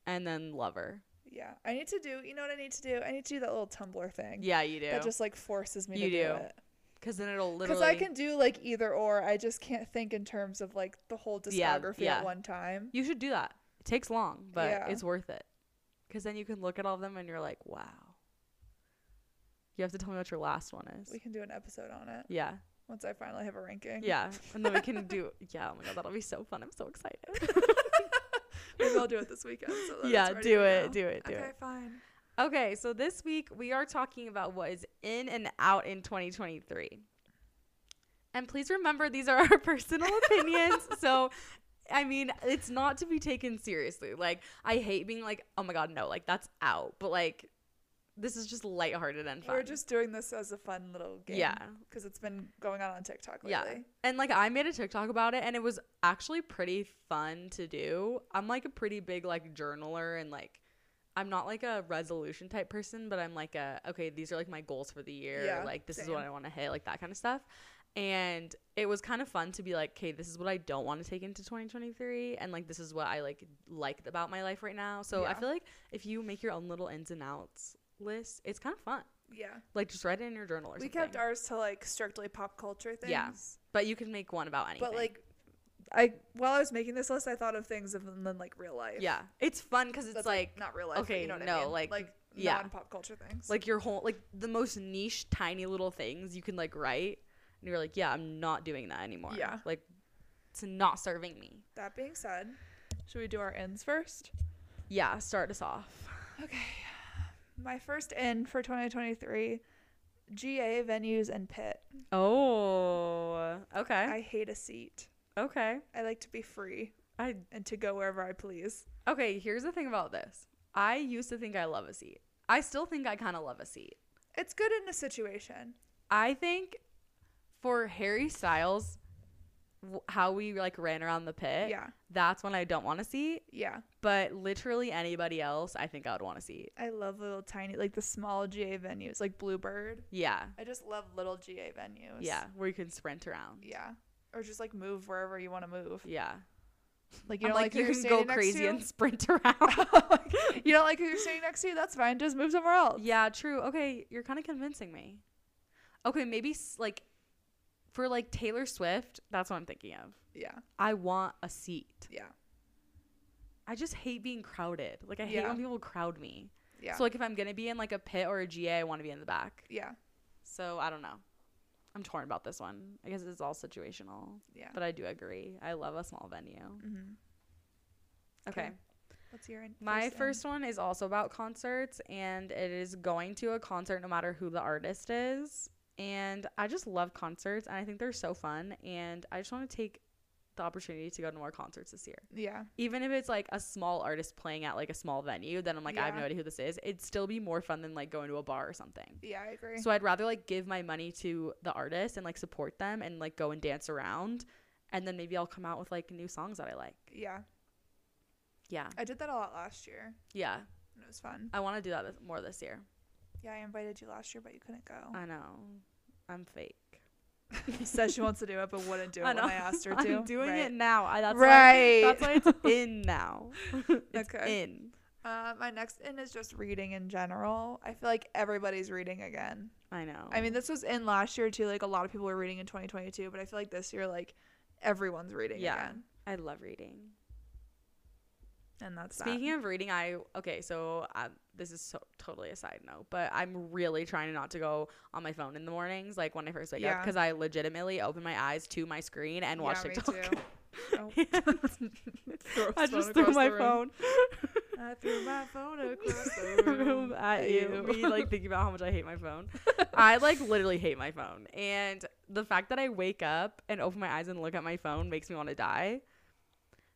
Speaker 2: and then lover.
Speaker 1: Yeah, I need to do. You know what I need to do? I need to do that little Tumblr thing.
Speaker 2: Yeah, you do.
Speaker 1: that just like forces me
Speaker 2: You
Speaker 1: to do,
Speaker 2: do.
Speaker 1: it.
Speaker 2: Because then it'll
Speaker 1: Because
Speaker 2: literally.
Speaker 1: I can do like either or. I just can't think in terms of like the whole
Speaker 2: Yeah,
Speaker 1: discography
Speaker 2: yeah.
Speaker 1: at one time.
Speaker 2: You should do that. It takes long, but
Speaker 1: Yeah.
Speaker 2: it's worth it. Because then you can look at all of them and you're like, wow. You have to tell me what your last one is.
Speaker 1: We can do an episode on it
Speaker 2: yeah.
Speaker 1: once I finally have a ranking.
Speaker 2: Yeah. And then we can do, yeah, oh my God, that'll be so fun. I'm so excited.
Speaker 1: maybe I'll do it this weekend. So that
Speaker 2: yeah,
Speaker 1: it's ready
Speaker 2: do
Speaker 1: to
Speaker 2: it,
Speaker 1: go.
Speaker 2: do it, do
Speaker 1: okay,
Speaker 2: it.
Speaker 1: fine.
Speaker 2: Okay, so this week we are talking about what is in and out in 2023. And please remember, these are our personal opinions. so, I mean, it's not to be taken seriously. Like, I hate being like, oh my God, no, like that's out. But like, this is just lighthearted and fun.
Speaker 1: We're just doing this as a fun little game.
Speaker 2: yeah.
Speaker 1: because it's been going on on TikTok lately.
Speaker 2: Yeah. And like I made a TikTok about it and it was actually pretty fun to do. I'm like a pretty big like journaler and like I'm not like a resolution type person, but I'm like a okay, these are like my goals for the year.
Speaker 1: Yeah,
Speaker 2: like this is
Speaker 1: same.
Speaker 2: what I want to hit, like that kind of stuff. And it was kind of fun to be like, okay, this is what I don't want to take into 2023 and like this is what I like liked about my life right now. So I
Speaker 1: Yeah.
Speaker 2: feel like if you make your own little ins and outs list, it's kind of fun.
Speaker 1: Yeah,
Speaker 2: Like just write it in your journal or
Speaker 1: we
Speaker 2: something.
Speaker 1: kept ours to like strictly pop culture things.
Speaker 2: Yeah. but you can make one about anything.
Speaker 1: But like, I while I was making this list, I thought of things of and then like real life.
Speaker 2: Yeah, it's fun because it's
Speaker 1: That's,
Speaker 2: like
Speaker 1: not real life. but
Speaker 2: okay,
Speaker 1: you know what
Speaker 2: no,
Speaker 1: I mean?
Speaker 2: like,
Speaker 1: like
Speaker 2: yeah.
Speaker 1: non pop culture things.
Speaker 2: like your whole like the most niche, tiny little things you can like write, and you're like, yeah, I'm not doing that anymore.
Speaker 1: Yeah.
Speaker 2: like it's not serving me.
Speaker 1: that being said, should we do our ends first?
Speaker 2: Yeah, start us off.
Speaker 1: Okay, my first end for 2023: GA venues and pit.
Speaker 2: Oh, okay,
Speaker 1: I hate a seat.
Speaker 2: okay,
Speaker 1: I like to be free
Speaker 2: I
Speaker 1: and to go wherever I please.
Speaker 2: okay. Here's the thing about this. I used to think I love a seat. I still think I kind of love a seat.
Speaker 1: It's good in a situation.
Speaker 2: I think for Harry Styles, w- how we like ran around the pit.
Speaker 1: Yeah.
Speaker 2: That's when I don't want to see.
Speaker 1: Yeah.
Speaker 2: But literally anybody else, I think I would want to see.
Speaker 1: I love little tiny, like the small GA venues, like Bluebird.
Speaker 2: Yeah.
Speaker 1: I just love little GA venues.
Speaker 2: Yeah. Where you can sprint around.
Speaker 1: Yeah. Or just like move wherever you want to move.
Speaker 2: Yeah.
Speaker 1: Like you
Speaker 2: You
Speaker 1: don't
Speaker 2: know, like,
Speaker 1: like, who
Speaker 2: you
Speaker 1: you're
Speaker 2: can go
Speaker 1: standing next
Speaker 2: crazy
Speaker 1: to?
Speaker 2: and sprint around.
Speaker 1: you don't like who you're standing next to? That's fine. Just move somewhere else.
Speaker 2: yeah, true. Okay, you're kind of convincing me. Okay, maybe s- like for like Taylor Swift, that's what I'm thinking of.
Speaker 1: Yeah.
Speaker 2: I want a seat.
Speaker 1: Yeah.
Speaker 2: I just hate being crowded. Like I hate
Speaker 1: Yeah.
Speaker 2: when people crowd me.
Speaker 1: Yeah.
Speaker 2: So like if I'm gonna be in like a pit or a GA, I want to be in the back.
Speaker 1: yeah.
Speaker 2: So I don't know. I'm torn about this one. I guess it's all situational,
Speaker 1: Yeah.
Speaker 2: but I do agree. I love a small venue.
Speaker 1: Mm-hmm.
Speaker 2: Okay.
Speaker 1: Okay. What's your in-
Speaker 2: My
Speaker 1: in?
Speaker 2: first one is also about concerts, and it is going to a concert no matter who the artist is. And I just love concerts, and I think they're so fun. And I just want to take the opportunity to go to more concerts this year.
Speaker 1: Yeah.
Speaker 2: Even if it's like a small artist playing at like a small venue, then I'm like, I have
Speaker 1: Yeah.
Speaker 2: no idea who this is. It'd still be more fun than like going to a bar or something.
Speaker 1: Yeah, I agree.
Speaker 2: So I'd rather like give my money to the artist and like support them and like go and dance around. And then maybe I'll come out with like new songs that I like.
Speaker 1: yeah.
Speaker 2: Yeah.
Speaker 1: I did that a lot last year.
Speaker 2: Yeah.
Speaker 1: And it was fun.
Speaker 2: I want to do that this- more this year.
Speaker 1: Yeah, I invited you last year, but you couldn't go.
Speaker 2: I know. I'm fake.
Speaker 1: She said she wants to do it, but wouldn't do it when I asked her to.
Speaker 2: I'm doing
Speaker 1: Right.
Speaker 2: it now. I, that's
Speaker 1: Right.
Speaker 2: Why, that's why it's in now. it's
Speaker 1: Okay.
Speaker 2: in.
Speaker 1: Uh, my next in is just reading in general. I feel like everybody's reading again.
Speaker 2: I know.
Speaker 1: I mean, this was in last year too. Like a lot of people were reading in 2022, but I feel like this year, like everyone's reading
Speaker 2: Yeah.
Speaker 1: again,
Speaker 2: I love reading.
Speaker 1: and that's
Speaker 2: Speaking of reading, I okay. So um, this is so, totally a side note, but I'm really trying not to go on my phone in the mornings, like when I first wake up,
Speaker 1: Yeah.
Speaker 2: because I legitimately open my eyes to my screen and watch
Speaker 1: Yeah, me
Speaker 2: TikTok.
Speaker 1: too. Oh.
Speaker 2: And
Speaker 1: Throw
Speaker 2: I
Speaker 1: his phone
Speaker 2: just threw
Speaker 1: across
Speaker 2: my
Speaker 1: the room.
Speaker 2: phone
Speaker 1: I threw my phone across the
Speaker 2: room at you. Me like thinking about how much I hate my phone. I like literally hate my phone, and the fact that I wake up and open my eyes and look at my phone makes me want to die.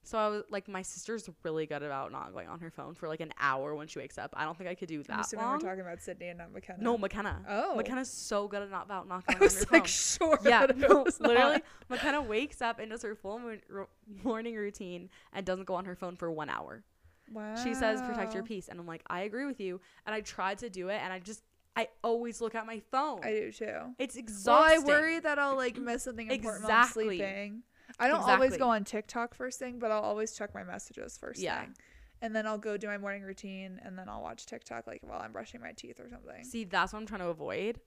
Speaker 2: So I was like, my sister's really good about not going on her phone for like an hour when she wakes up. I don't think I could do
Speaker 1: I'm
Speaker 2: that
Speaker 1: assuming
Speaker 2: long.
Speaker 1: we're talking about Sydney and not McKenna.
Speaker 2: No, McKenna.
Speaker 1: Oh.
Speaker 2: McKenna's so good at not about not
Speaker 1: I
Speaker 2: going on her
Speaker 1: was like,
Speaker 2: phone.
Speaker 1: sure.
Speaker 2: yeah,
Speaker 1: but it
Speaker 2: no,
Speaker 1: was not.
Speaker 2: literally, McKenna wakes up and does her full mo- ro- morning routine and doesn't go on her phone for one hour.
Speaker 1: Wow.
Speaker 2: She says, "Protect
Speaker 1: Oh.
Speaker 2: your peace," and I'm like, "I agree with you." And I tried to do it, and I just, I always look at my phone.
Speaker 1: I do too.
Speaker 2: it's
Speaker 1: Well, I
Speaker 2: exhausting.
Speaker 1: worry that I'll like miss something important while I'm
Speaker 2: Exactly.
Speaker 1: sleeping. I don't always
Speaker 2: Exactly.
Speaker 1: go on TikTok first thing, but I'll always check my messages first
Speaker 2: Yeah.
Speaker 1: thing. And then I'll go do my morning routine and then I'll watch TikTok like while I'm brushing my teeth or something.
Speaker 2: See, that's what I'm trying to avoid.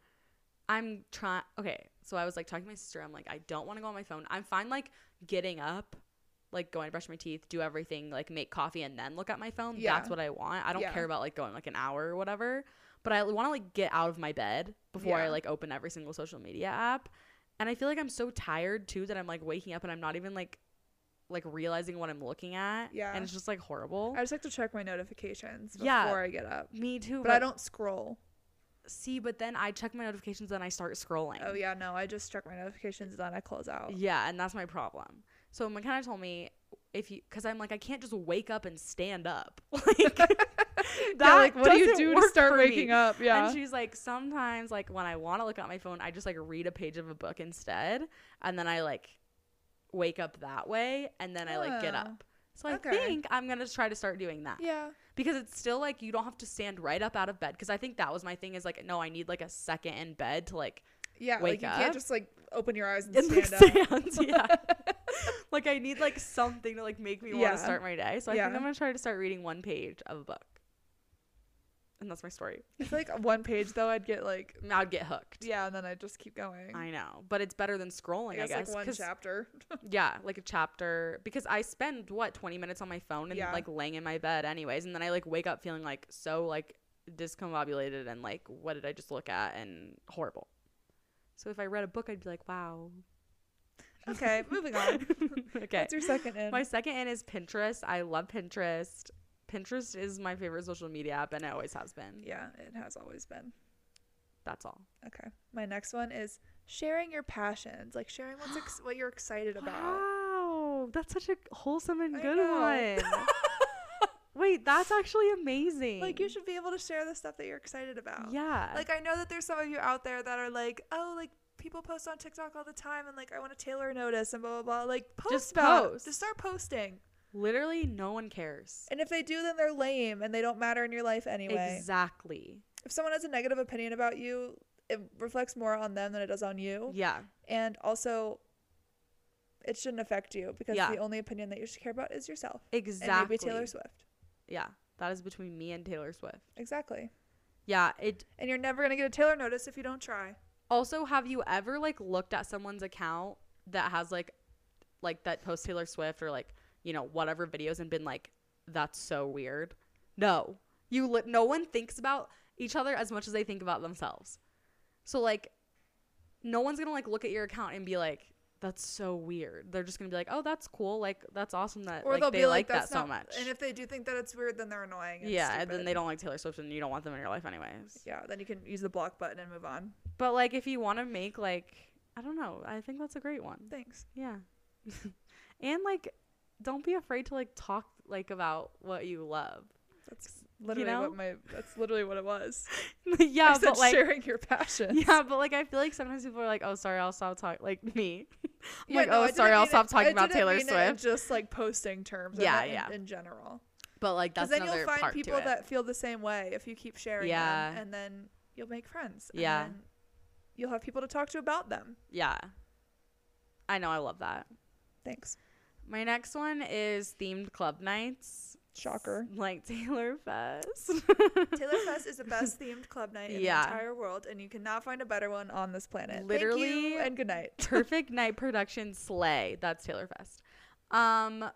Speaker 2: I'm trying. Okay, so I was like talking to my sister. I'm like, I don't want to go on my phone. I'm fine, like getting up, like going to brush my teeth, do everything, like make coffee, and then look at my phone.
Speaker 1: Yeah.
Speaker 2: That's what I want. I don't
Speaker 1: Yeah.
Speaker 2: care about like going like an hour or whatever. But I want to like get out of my bed before I
Speaker 1: Yeah.
Speaker 2: like open every single social media app. And I feel like I'm so tired too that I'm like waking up and I'm not even like like realizing what I'm looking at.
Speaker 1: Yeah.
Speaker 2: and it's just like horrible.
Speaker 1: I just like to check my notifications before
Speaker 2: Yeah.
Speaker 1: I get up.
Speaker 2: Me too.
Speaker 1: But I don't scroll.
Speaker 2: see. But then I check my notifications and I start scrolling.
Speaker 1: Oh yeah, no, I just check my notifications then I close out.
Speaker 2: Yeah, and that's my problem. So McKenna told me if you, because I'm like, I can't just wake up and stand up. Like, that
Speaker 1: yeah, like what do you
Speaker 2: doesn't
Speaker 1: do to
Speaker 2: work
Speaker 1: start
Speaker 2: for me.
Speaker 1: waking up? Yeah.
Speaker 2: And she's like, sometimes, like when I want to look at my phone, I just like read a page of a book instead, and then I like wake up that way, and then I like get
Speaker 1: Oh,
Speaker 2: up. So I
Speaker 1: okay.
Speaker 2: think I'm gonna try to start doing that
Speaker 1: yeah.
Speaker 2: because it's still like you don't have to stand right up out of bed. Because I think that was my thing is like, no, I need like a second in bed to like
Speaker 1: Yeah. like
Speaker 2: Wake
Speaker 1: you can't
Speaker 2: up.
Speaker 1: just like open your eyes and,
Speaker 2: and like
Speaker 1: stand up.
Speaker 2: stand, yeah. like I need like something to like make me want
Speaker 1: Yeah.
Speaker 2: to start my day. So I think
Speaker 1: Yeah.
Speaker 2: I'm gonna try to start reading one page of a book, and that's my story.
Speaker 1: I feel like one page though I'd get like
Speaker 2: And I'd get hooked.
Speaker 1: yeah, and then I'd just keep going.
Speaker 2: I know, but it's better than scrolling. I guess,
Speaker 1: like one
Speaker 2: 'cause-
Speaker 1: chapter.
Speaker 2: yeah, like a chapter because I spend what 20 minutes on my phone and
Speaker 1: Yeah.
Speaker 2: like laying in my bed anyways, and then I like wake up feeling like so like discombobulated and like what did I just look at and horrible. So if I read a book, I'd be like, wow.
Speaker 1: okay, moving on.
Speaker 2: okay.
Speaker 1: What's your second in?
Speaker 2: My second in is Pinterest. I love Pinterest. Pinterest is my favorite social media app, and it always has been.
Speaker 1: yeah, it has always been.
Speaker 2: That's all.
Speaker 1: Okay. My next one is sharing your passions, like sharing what's ex- what you're excited about.
Speaker 2: Wow, that's such a wholesome and
Speaker 1: I
Speaker 2: good
Speaker 1: know.
Speaker 2: one. Wait, that's actually amazing.
Speaker 1: Like you should be able to share the stuff that you're excited about.
Speaker 2: Yeah.
Speaker 1: Like I know that there's some of you out there that are like, "Oh, like people post on TikTok all the time and like I want to tailor a notice and blah blah blah. Like post
Speaker 2: Just
Speaker 1: about it.
Speaker 2: post.
Speaker 1: Just start posting.
Speaker 2: Literally, no one cares.
Speaker 1: And if they do, then they're lame and they don't matter in your life anyway.
Speaker 2: Exactly.
Speaker 1: If someone has a negative opinion about you, it reflects more on them than it does on you.
Speaker 2: Yeah.
Speaker 1: And also, it shouldn't affect you because
Speaker 2: Yeah.
Speaker 1: the only opinion that you should care about is yourself.
Speaker 2: Exactly.
Speaker 1: And maybe Taylor Swift.
Speaker 2: Yeah. That is between me and Taylor Swift.
Speaker 1: Exactly.
Speaker 2: Yeah. It
Speaker 1: And you're never gonna get a Taylor notice if you don't try.
Speaker 2: Also, have you ever like looked at someone's account that has like like that post Taylor Swift or like, you know, whatever videos and been like that's so weird? No. You li- no one thinks about each other as much as they think about themselves. So like no one's going to like look at your account and be like that's so weird. They're just going to be like, "Oh, that's cool. Like that's awesome that Uh, like they like, that so
Speaker 1: not-
Speaker 2: much."
Speaker 1: And if they do think that it's weird, then they're annoying. and
Speaker 2: yeah, and then
Speaker 1: stupid.
Speaker 2: they don't like Taylor Swift and you don't want them in your life anyways.
Speaker 1: Yeah, then you can use the block button and move on.
Speaker 2: But like if you want to make like I don't know, I think that's a great one.
Speaker 1: Thanks.
Speaker 2: Yeah. and like don't be afraid to like talk like about what you love.
Speaker 1: That's literally
Speaker 2: know?
Speaker 1: what my. That's literally what it was.
Speaker 2: yeah,
Speaker 1: I said
Speaker 2: but like
Speaker 1: sharing your passion.
Speaker 2: yeah, but like I feel like sometimes people are like, "Oh, sorry, I'll stop talking." Like me, I'm
Speaker 1: Yeah,
Speaker 2: like,
Speaker 1: no, I
Speaker 2: "Oh,
Speaker 1: didn't
Speaker 2: sorry, I'll
Speaker 1: mean
Speaker 2: stop
Speaker 1: it-
Speaker 2: talking
Speaker 1: I
Speaker 2: about
Speaker 1: didn't
Speaker 2: Taylor
Speaker 1: mean it in
Speaker 2: Swift."
Speaker 1: Just like posting terms. I
Speaker 2: Yeah,
Speaker 1: meant in-
Speaker 2: yeah.
Speaker 1: In, general,
Speaker 2: But like
Speaker 1: because
Speaker 2: that's
Speaker 1: then
Speaker 2: another
Speaker 1: you'll find
Speaker 2: part
Speaker 1: people
Speaker 2: to it.
Speaker 1: that feel the same way if you keep sharing
Speaker 2: Yeah.
Speaker 1: them, and then you'll make friends. and
Speaker 2: Yeah.
Speaker 1: then you'll have people to talk to about them.
Speaker 2: yeah, I know, I love that.
Speaker 1: Thanks.
Speaker 2: My next one is themed club nights,
Speaker 1: Shocker.
Speaker 2: like Taylor Fest.
Speaker 1: Taylor Fest is the best themed club night in
Speaker 2: Yeah.
Speaker 1: the entire world, and you cannot find a better one on this planet. Thank
Speaker 2: Literally-
Speaker 1: you and good night.
Speaker 2: Perfect Night Production Slay. That's Taylor Fest. Um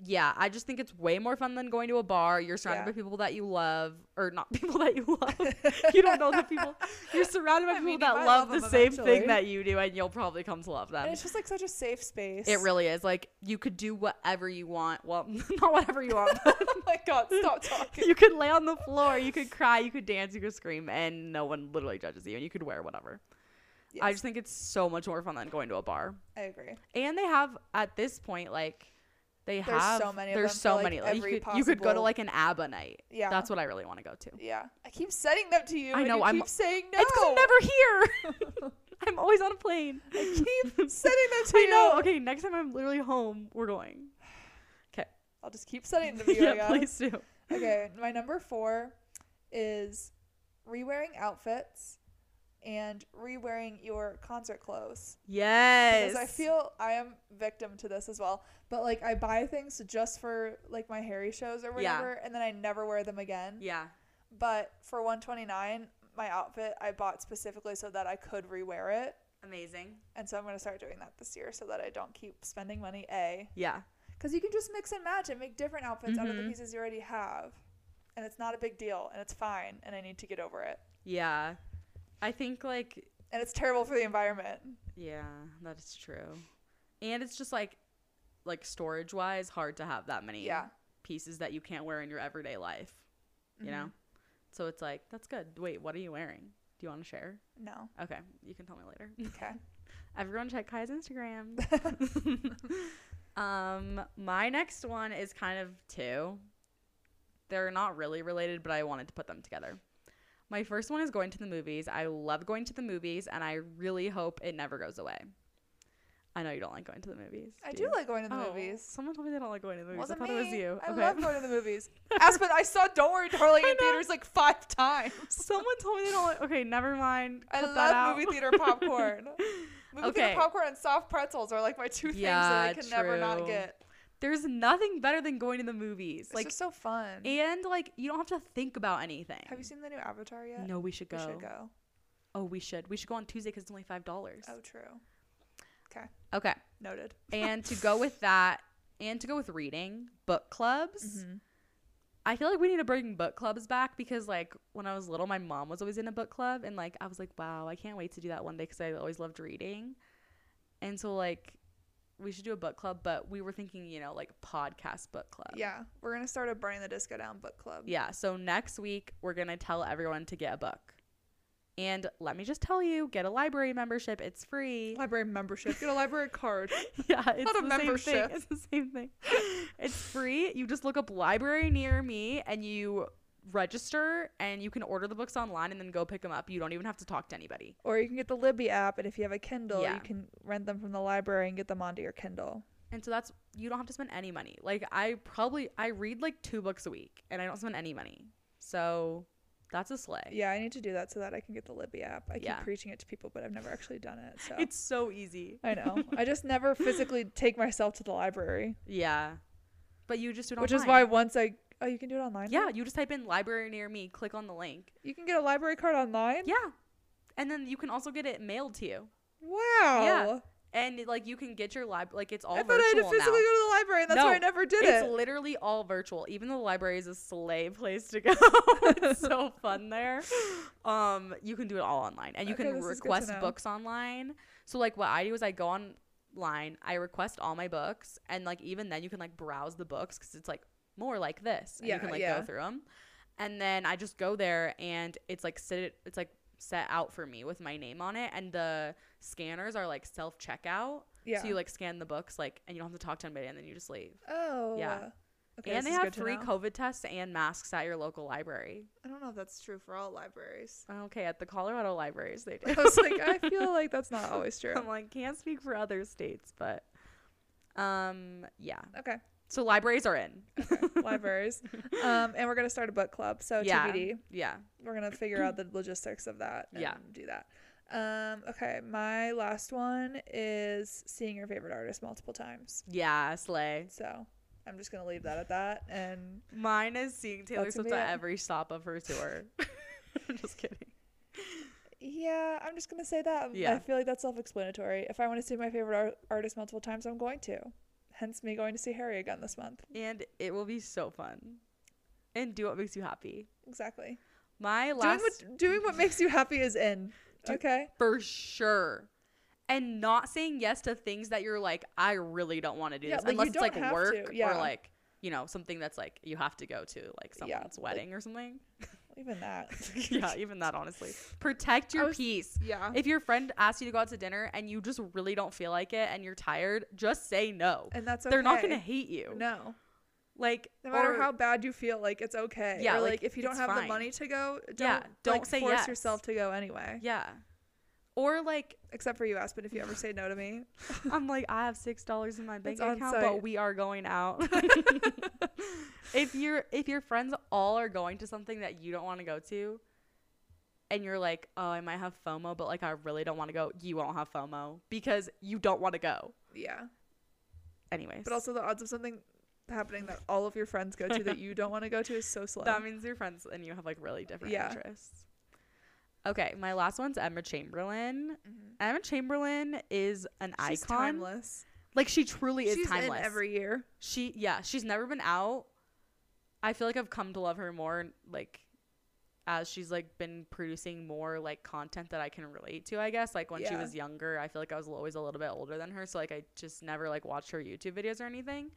Speaker 2: yeah, I just think it's way more fun than going to a bar. You're surrounded
Speaker 1: Yeah.
Speaker 2: by people that you love or not people that you love. you don't know the people. You're surrounded by
Speaker 1: I
Speaker 2: people
Speaker 1: mean, you
Speaker 2: that
Speaker 1: might love
Speaker 2: love, the
Speaker 1: them
Speaker 2: same
Speaker 1: eventually.
Speaker 2: thing that you do and you'll probably come to love
Speaker 1: And
Speaker 2: them.
Speaker 1: it's just like such a safe space.
Speaker 2: It really is. Like you could do whatever you want. Well, not whatever you want. but
Speaker 1: oh my god! Stop talking.
Speaker 2: you could lay on the floor, you could cry, you could dance, you could scream and no one literally judges you and you could wear whatever. I
Speaker 1: Yes,
Speaker 2: just think it's so much more fun than going to a bar.
Speaker 1: I agree.
Speaker 2: and they have at this point like they
Speaker 1: There's
Speaker 2: have
Speaker 1: so many of
Speaker 2: there's
Speaker 1: them for,
Speaker 2: so
Speaker 1: like,
Speaker 2: many like,
Speaker 1: every
Speaker 2: you, could, you could go to
Speaker 1: possible-
Speaker 2: like an abba night
Speaker 1: Yeah.
Speaker 2: that's what i really want to go to
Speaker 1: yeah. I keep sending them to you.
Speaker 2: I
Speaker 1: and
Speaker 2: know,
Speaker 1: You
Speaker 2: I'm-
Speaker 1: keep saying no.
Speaker 2: it's because i'm never here i'm always on a plane
Speaker 1: I keep sending them to
Speaker 2: i
Speaker 1: you.
Speaker 2: know okay next time i'm literally home we're going
Speaker 1: I'll just keep sending them to uh, you. I
Speaker 2: yeah
Speaker 1: guess.
Speaker 2: please do
Speaker 1: Okay. My number four is rewearing outfits and rewearing your concert clothes.
Speaker 2: yes
Speaker 1: because I feel I am victim to this as well. But like I buy things just for like my Harry shows or
Speaker 2: Yeah.
Speaker 1: whatever, and then I never wear them again.
Speaker 2: yeah
Speaker 1: But for 129, my outfit I bought specifically so that I could rewear it,
Speaker 2: amazing
Speaker 1: and so I'm gonna start doing that this year so that I don't keep spending money. A
Speaker 2: yeah
Speaker 1: because you can just mix and match and make different outfits out of the
Speaker 2: Mhm.
Speaker 1: pieces you already have, and it's not a big deal, and it's fine, and I need to get over it.
Speaker 2: yeah i think like
Speaker 1: And it's terrible for the environment.
Speaker 2: yeah that is true and it's just like like storage wise hard to have that many
Speaker 1: Yeah.
Speaker 2: pieces that you can't wear in your everyday life you know?
Speaker 1: Mhm.
Speaker 2: So it's like, that's good. Wait, what are you wearing? Do you want to share?
Speaker 1: Mm-hmm. No.
Speaker 2: Okay, you can tell me later.
Speaker 1: Okay.
Speaker 2: Everyone check Kai's Instagram. um, my next one is kind of two. They're not really related, but I wanted to put them together. My first one is going to the movies. I love going to the movies and I really hope it never goes away. I know you don't like going to the movies.
Speaker 1: I do
Speaker 2: you?
Speaker 1: like going to the
Speaker 2: Oh,
Speaker 1: movies.
Speaker 2: Someone told me they don't like going to the movies.
Speaker 1: Wasn't
Speaker 2: I thought it was
Speaker 1: me.
Speaker 2: you.
Speaker 1: I
Speaker 2: Okay.
Speaker 1: love going to the movies. Aspen, I saw Don't Worry Darling
Speaker 2: I
Speaker 1: in
Speaker 2: know.
Speaker 1: theaters like five times.
Speaker 2: Someone told me they don't like. Okay, never mind.
Speaker 1: I
Speaker 2: Cut that
Speaker 1: love
Speaker 2: out.
Speaker 1: movie theater popcorn. Movie
Speaker 2: Okay.
Speaker 1: theater popcorn and soft pretzels are like my two things that I
Speaker 2: Yeah,
Speaker 1: can never
Speaker 2: true.
Speaker 1: not get.
Speaker 2: There's nothing better than going to the movies.
Speaker 1: It's
Speaker 2: like,
Speaker 1: just so fun.
Speaker 2: and like, you don't have to think about anything.
Speaker 1: Have you seen the new Avatar yet?
Speaker 2: No, we should go.
Speaker 1: We should go.
Speaker 2: Oh, we should. We should go on Tuesday because it's only five dollars.
Speaker 1: Oh, true.
Speaker 2: Okay.
Speaker 1: Noted.
Speaker 2: And to go with that, and to go with reading book clubs.
Speaker 1: Mm-hmm.
Speaker 2: I feel like we need to bring book clubs back because, like, when I was little, my mom was always in a book club, and like, I was like, wow, I can't wait to do that one day because I always loved reading. And so, like, we should do a book club, but we were thinking, you know, like podcast book club.
Speaker 1: Yeah, we're gonna start a Burning the Disco Down book club.
Speaker 2: Yeah. So next week, we're going to tell everyone to get a book. And let me just tell you, get a library membership. It's free.
Speaker 1: Library membership. Get a library card.
Speaker 2: Yeah, it's
Speaker 1: Not a
Speaker 2: the Same
Speaker 1: membership.
Speaker 2: thing. It's the same thing. it's free. You just look up library near me and you register and you can order the books online and then go pick them up. You don't even have to talk to anybody.
Speaker 1: Or you can get the Libby app, and if you have a Kindle,
Speaker 2: Yeah.
Speaker 1: you can rent them from the library and get them onto your Kindle.
Speaker 2: And so that's you don't have to spend any money. Like I probably I read like two books a week and I don't spend any money. So that's a slay.
Speaker 1: Yeah, I need to do that so that I can get the Libby app. I
Speaker 2: Yeah.
Speaker 1: keep preaching it to people, but I've never actually done it. So
Speaker 2: It's so easy.
Speaker 1: I know. I just never physically take myself to the library,
Speaker 2: Yeah. But you just do it
Speaker 1: which is why
Speaker 2: online.
Speaker 1: once I oh, you can do it online. now?
Speaker 2: Yeah, you just type in library near me, click on the link.
Speaker 1: you can get a library card online.
Speaker 2: Yeah. And then you can also get it mailed to you.
Speaker 1: Wow.
Speaker 2: And like you can get your lib like it's all
Speaker 1: I thought
Speaker 2: virtual
Speaker 1: I had to
Speaker 2: now.
Speaker 1: physically go to the library, and that's why I
Speaker 2: No,
Speaker 1: never did
Speaker 2: it's
Speaker 1: it.
Speaker 2: literally all virtual. Even though the library is a slay place to go. it's so fun there. Um, you can do it all online, and you
Speaker 1: Okay,
Speaker 2: can
Speaker 1: this is good to
Speaker 2: request
Speaker 1: know.
Speaker 2: books online. So like, what I do is I go online, I request all my books, and like even then you can like browse the books because it's like more like this, and
Speaker 1: Yeah,
Speaker 2: you can like
Speaker 1: yeah.
Speaker 2: go through them. And then I just go there, and it's like sit, it's like set out for me with my name on it, and the scanners are like self checkout.
Speaker 1: yeah.
Speaker 2: So you like scan the books, like, and you don't have to talk to anybody, and then you just leave
Speaker 1: oh.
Speaker 2: Yeah.
Speaker 1: Okay,
Speaker 2: and
Speaker 1: this
Speaker 2: they
Speaker 1: is
Speaker 2: have
Speaker 1: good to
Speaker 2: free
Speaker 1: know.
Speaker 2: COVID tests and masks at your local library.
Speaker 1: I don't know if that's true for all libraries.
Speaker 2: Okay, at the Colorado libraries they do.
Speaker 1: I was like, I feel like that's not always true.
Speaker 2: I'm like, can't speak for other states, but um, yeah.
Speaker 1: Okay,
Speaker 2: So libraries are in.
Speaker 1: okay. libraries. Um, and we're gonna start a book club. So
Speaker 2: yeah,
Speaker 1: TBD.
Speaker 2: yeah.
Speaker 1: We're gonna figure out the logistics of that. And
Speaker 2: Yeah.
Speaker 1: Do that. Um, okay, my last one is seeing your favorite artist multiple times.
Speaker 2: Yeah, slay.
Speaker 1: So I'm just gonna leave that at that. And
Speaker 2: Mine is seeing Taylor
Speaker 1: That's gonna
Speaker 2: Swift
Speaker 1: be
Speaker 2: at
Speaker 1: it.
Speaker 2: every stop of her tour. I'm just kidding.
Speaker 1: yeah, I'm just gonna say that. um, I
Speaker 2: Yeah.
Speaker 1: feel like that's self-explanatory. If I want to see my favorite ar- artist multiple times, I'm going to. Hence me going to see Harry again this month.
Speaker 2: And it will be so fun. And do what makes you happy.
Speaker 1: Exactly.
Speaker 2: My last
Speaker 1: Doing what doing what makes you happy is in.
Speaker 2: Do-
Speaker 1: okay.
Speaker 2: for sure. And not saying yes to things that you're like, I really don't want to do
Speaker 1: Yeah,
Speaker 2: this.
Speaker 1: like, you
Speaker 2: Unless it's
Speaker 1: don't
Speaker 2: like
Speaker 1: have
Speaker 2: work
Speaker 1: to, yeah.
Speaker 2: or like, you know, something that's like you have to go to, like
Speaker 1: Yeah,
Speaker 2: someone's
Speaker 1: like-
Speaker 2: wedding or something.
Speaker 1: Even that.
Speaker 2: yeah, even that, honestly. Protect your
Speaker 1: was-
Speaker 2: peace.
Speaker 1: Yeah.
Speaker 2: If your friend asks you to go out to dinner and you just really don't feel like it and you're tired, just say no.
Speaker 1: and that's okay.
Speaker 2: They're not going to hate you.
Speaker 1: No.
Speaker 2: Like,
Speaker 1: No matter
Speaker 2: or-
Speaker 1: how bad you feel, like it's okay.
Speaker 2: Yeah,
Speaker 1: Or like,
Speaker 2: like,
Speaker 1: if you don't
Speaker 2: it's
Speaker 1: have the
Speaker 2: fine.
Speaker 1: money to go, don't,
Speaker 2: Yeah, don't
Speaker 1: like,
Speaker 2: say
Speaker 1: force
Speaker 2: yes.
Speaker 1: yourself to go anyway.
Speaker 2: Yeah. Or like,
Speaker 1: Except for you, Aspen, if you ever say no to me.
Speaker 2: I'm like, I have six dollars in my bank
Speaker 1: It's on
Speaker 2: account,
Speaker 1: site.
Speaker 2: but we are going out. if your if your friends all are going to something that you don't want to go to, and you're like, oh, I might have FOMO, but like I really don't want to go. You won't have FOMO because you don't want to go.
Speaker 1: Yeah.
Speaker 2: Anyways,
Speaker 1: But also the odds of something happening that all of your friends go to that you don't want to go to is so slow.
Speaker 2: that means your friends and you have like really different
Speaker 1: Yeah.
Speaker 2: interests. Okay, my last one's Emma Chamberlain.
Speaker 1: Mhm.
Speaker 2: Emma Chamberlain is an
Speaker 1: She's
Speaker 2: icon.
Speaker 1: timeless.
Speaker 2: Like she truly is
Speaker 1: She's
Speaker 2: timeless.
Speaker 1: in every year.
Speaker 2: She yeah, she's never been out. I feel like I've come to love her more like as she's like been producing more like content that I can relate to, I guess. Like when she
Speaker 1: Yeah.
Speaker 2: was younger, I feel like I was always a little bit older than her, so like I just never like watched her YouTube videos or anything.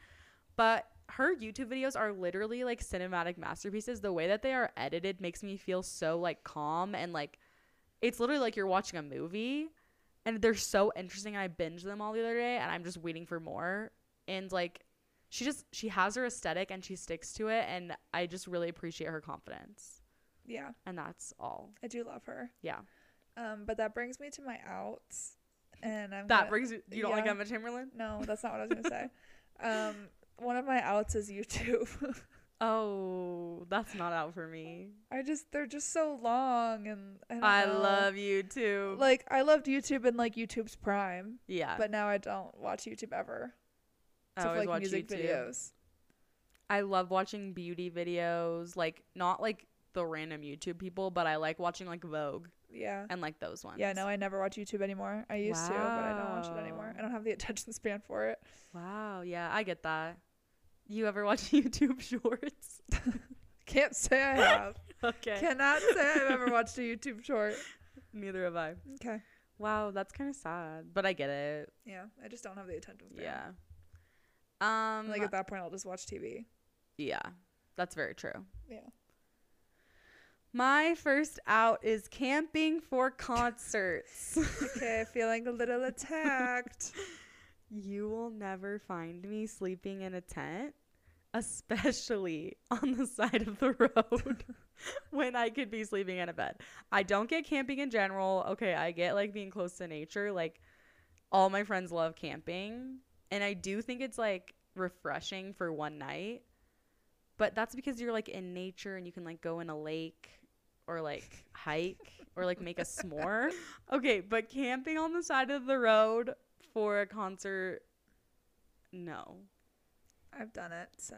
Speaker 2: But her YouTube videos are literally like cinematic masterpieces. The way that they are edited makes me feel so like calm and like it's literally like you're watching a movie and they're so interesting. I binged them all the other day and I'm just waiting for more. And like she just she has her aesthetic and she sticks to it and I just really appreciate her confidence.
Speaker 1: Yeah.
Speaker 2: And that's all.
Speaker 1: I do love her.
Speaker 2: Yeah.
Speaker 1: Um, but that brings me to my outs. And I'm
Speaker 2: That
Speaker 1: gonna-
Speaker 2: brings you you don't like
Speaker 1: yeah.
Speaker 2: Emma Chamberlain?
Speaker 1: No, that's not what I was gonna say. Um, one of my outs is YouTube.
Speaker 2: Oh, that's not out for me.
Speaker 1: I just they're just so long, and I, don't
Speaker 2: I
Speaker 1: know.
Speaker 2: love you too.
Speaker 1: like I loved YouTube in like YouTube's prime,
Speaker 2: yeah.
Speaker 1: but now I don't watch YouTube ever.
Speaker 2: I
Speaker 1: except for,
Speaker 2: always
Speaker 1: like
Speaker 2: watch
Speaker 1: music
Speaker 2: YouTube.
Speaker 1: videos.
Speaker 2: I love watching beauty videos, like not like the random YouTube people, but I like watching like Vogue
Speaker 1: Yeah.
Speaker 2: and like those ones.
Speaker 1: Yeah, no, I never watch YouTube anymore. I used to, but I don't watch it anymore.
Speaker 2: Wow.
Speaker 1: I don't have the attention span for it.
Speaker 2: Wow, yeah, I get that. You ever watch YouTube shorts?
Speaker 1: Can't say I have.
Speaker 2: okay.
Speaker 1: Cannot say I've ever watched a YouTube short.
Speaker 2: Neither have I.
Speaker 1: Okay.
Speaker 2: Wow, that's kind of sad, but I get it.
Speaker 1: Yeah, I just don't have the attention span.
Speaker 2: Yeah. Um
Speaker 1: Like at that point, I'll just watch TV.
Speaker 2: yeah. That's very true.
Speaker 1: Yeah.
Speaker 2: My first out is camping for concerts.
Speaker 1: Okay, feeling a little attacked.
Speaker 2: you will never find me sleeping in a tent. especially on the side of the road when I could be sleeping in a bed. I don't get camping in general. Okay, I get like being close to nature. Like all my friends love camping, and I do think it's like refreshing for one night. But that's because you're like in nature and you can like go in a lake or like hike or like make a s'more. Okay, but camping on the side of the road for a concert no.
Speaker 1: I've done it, so.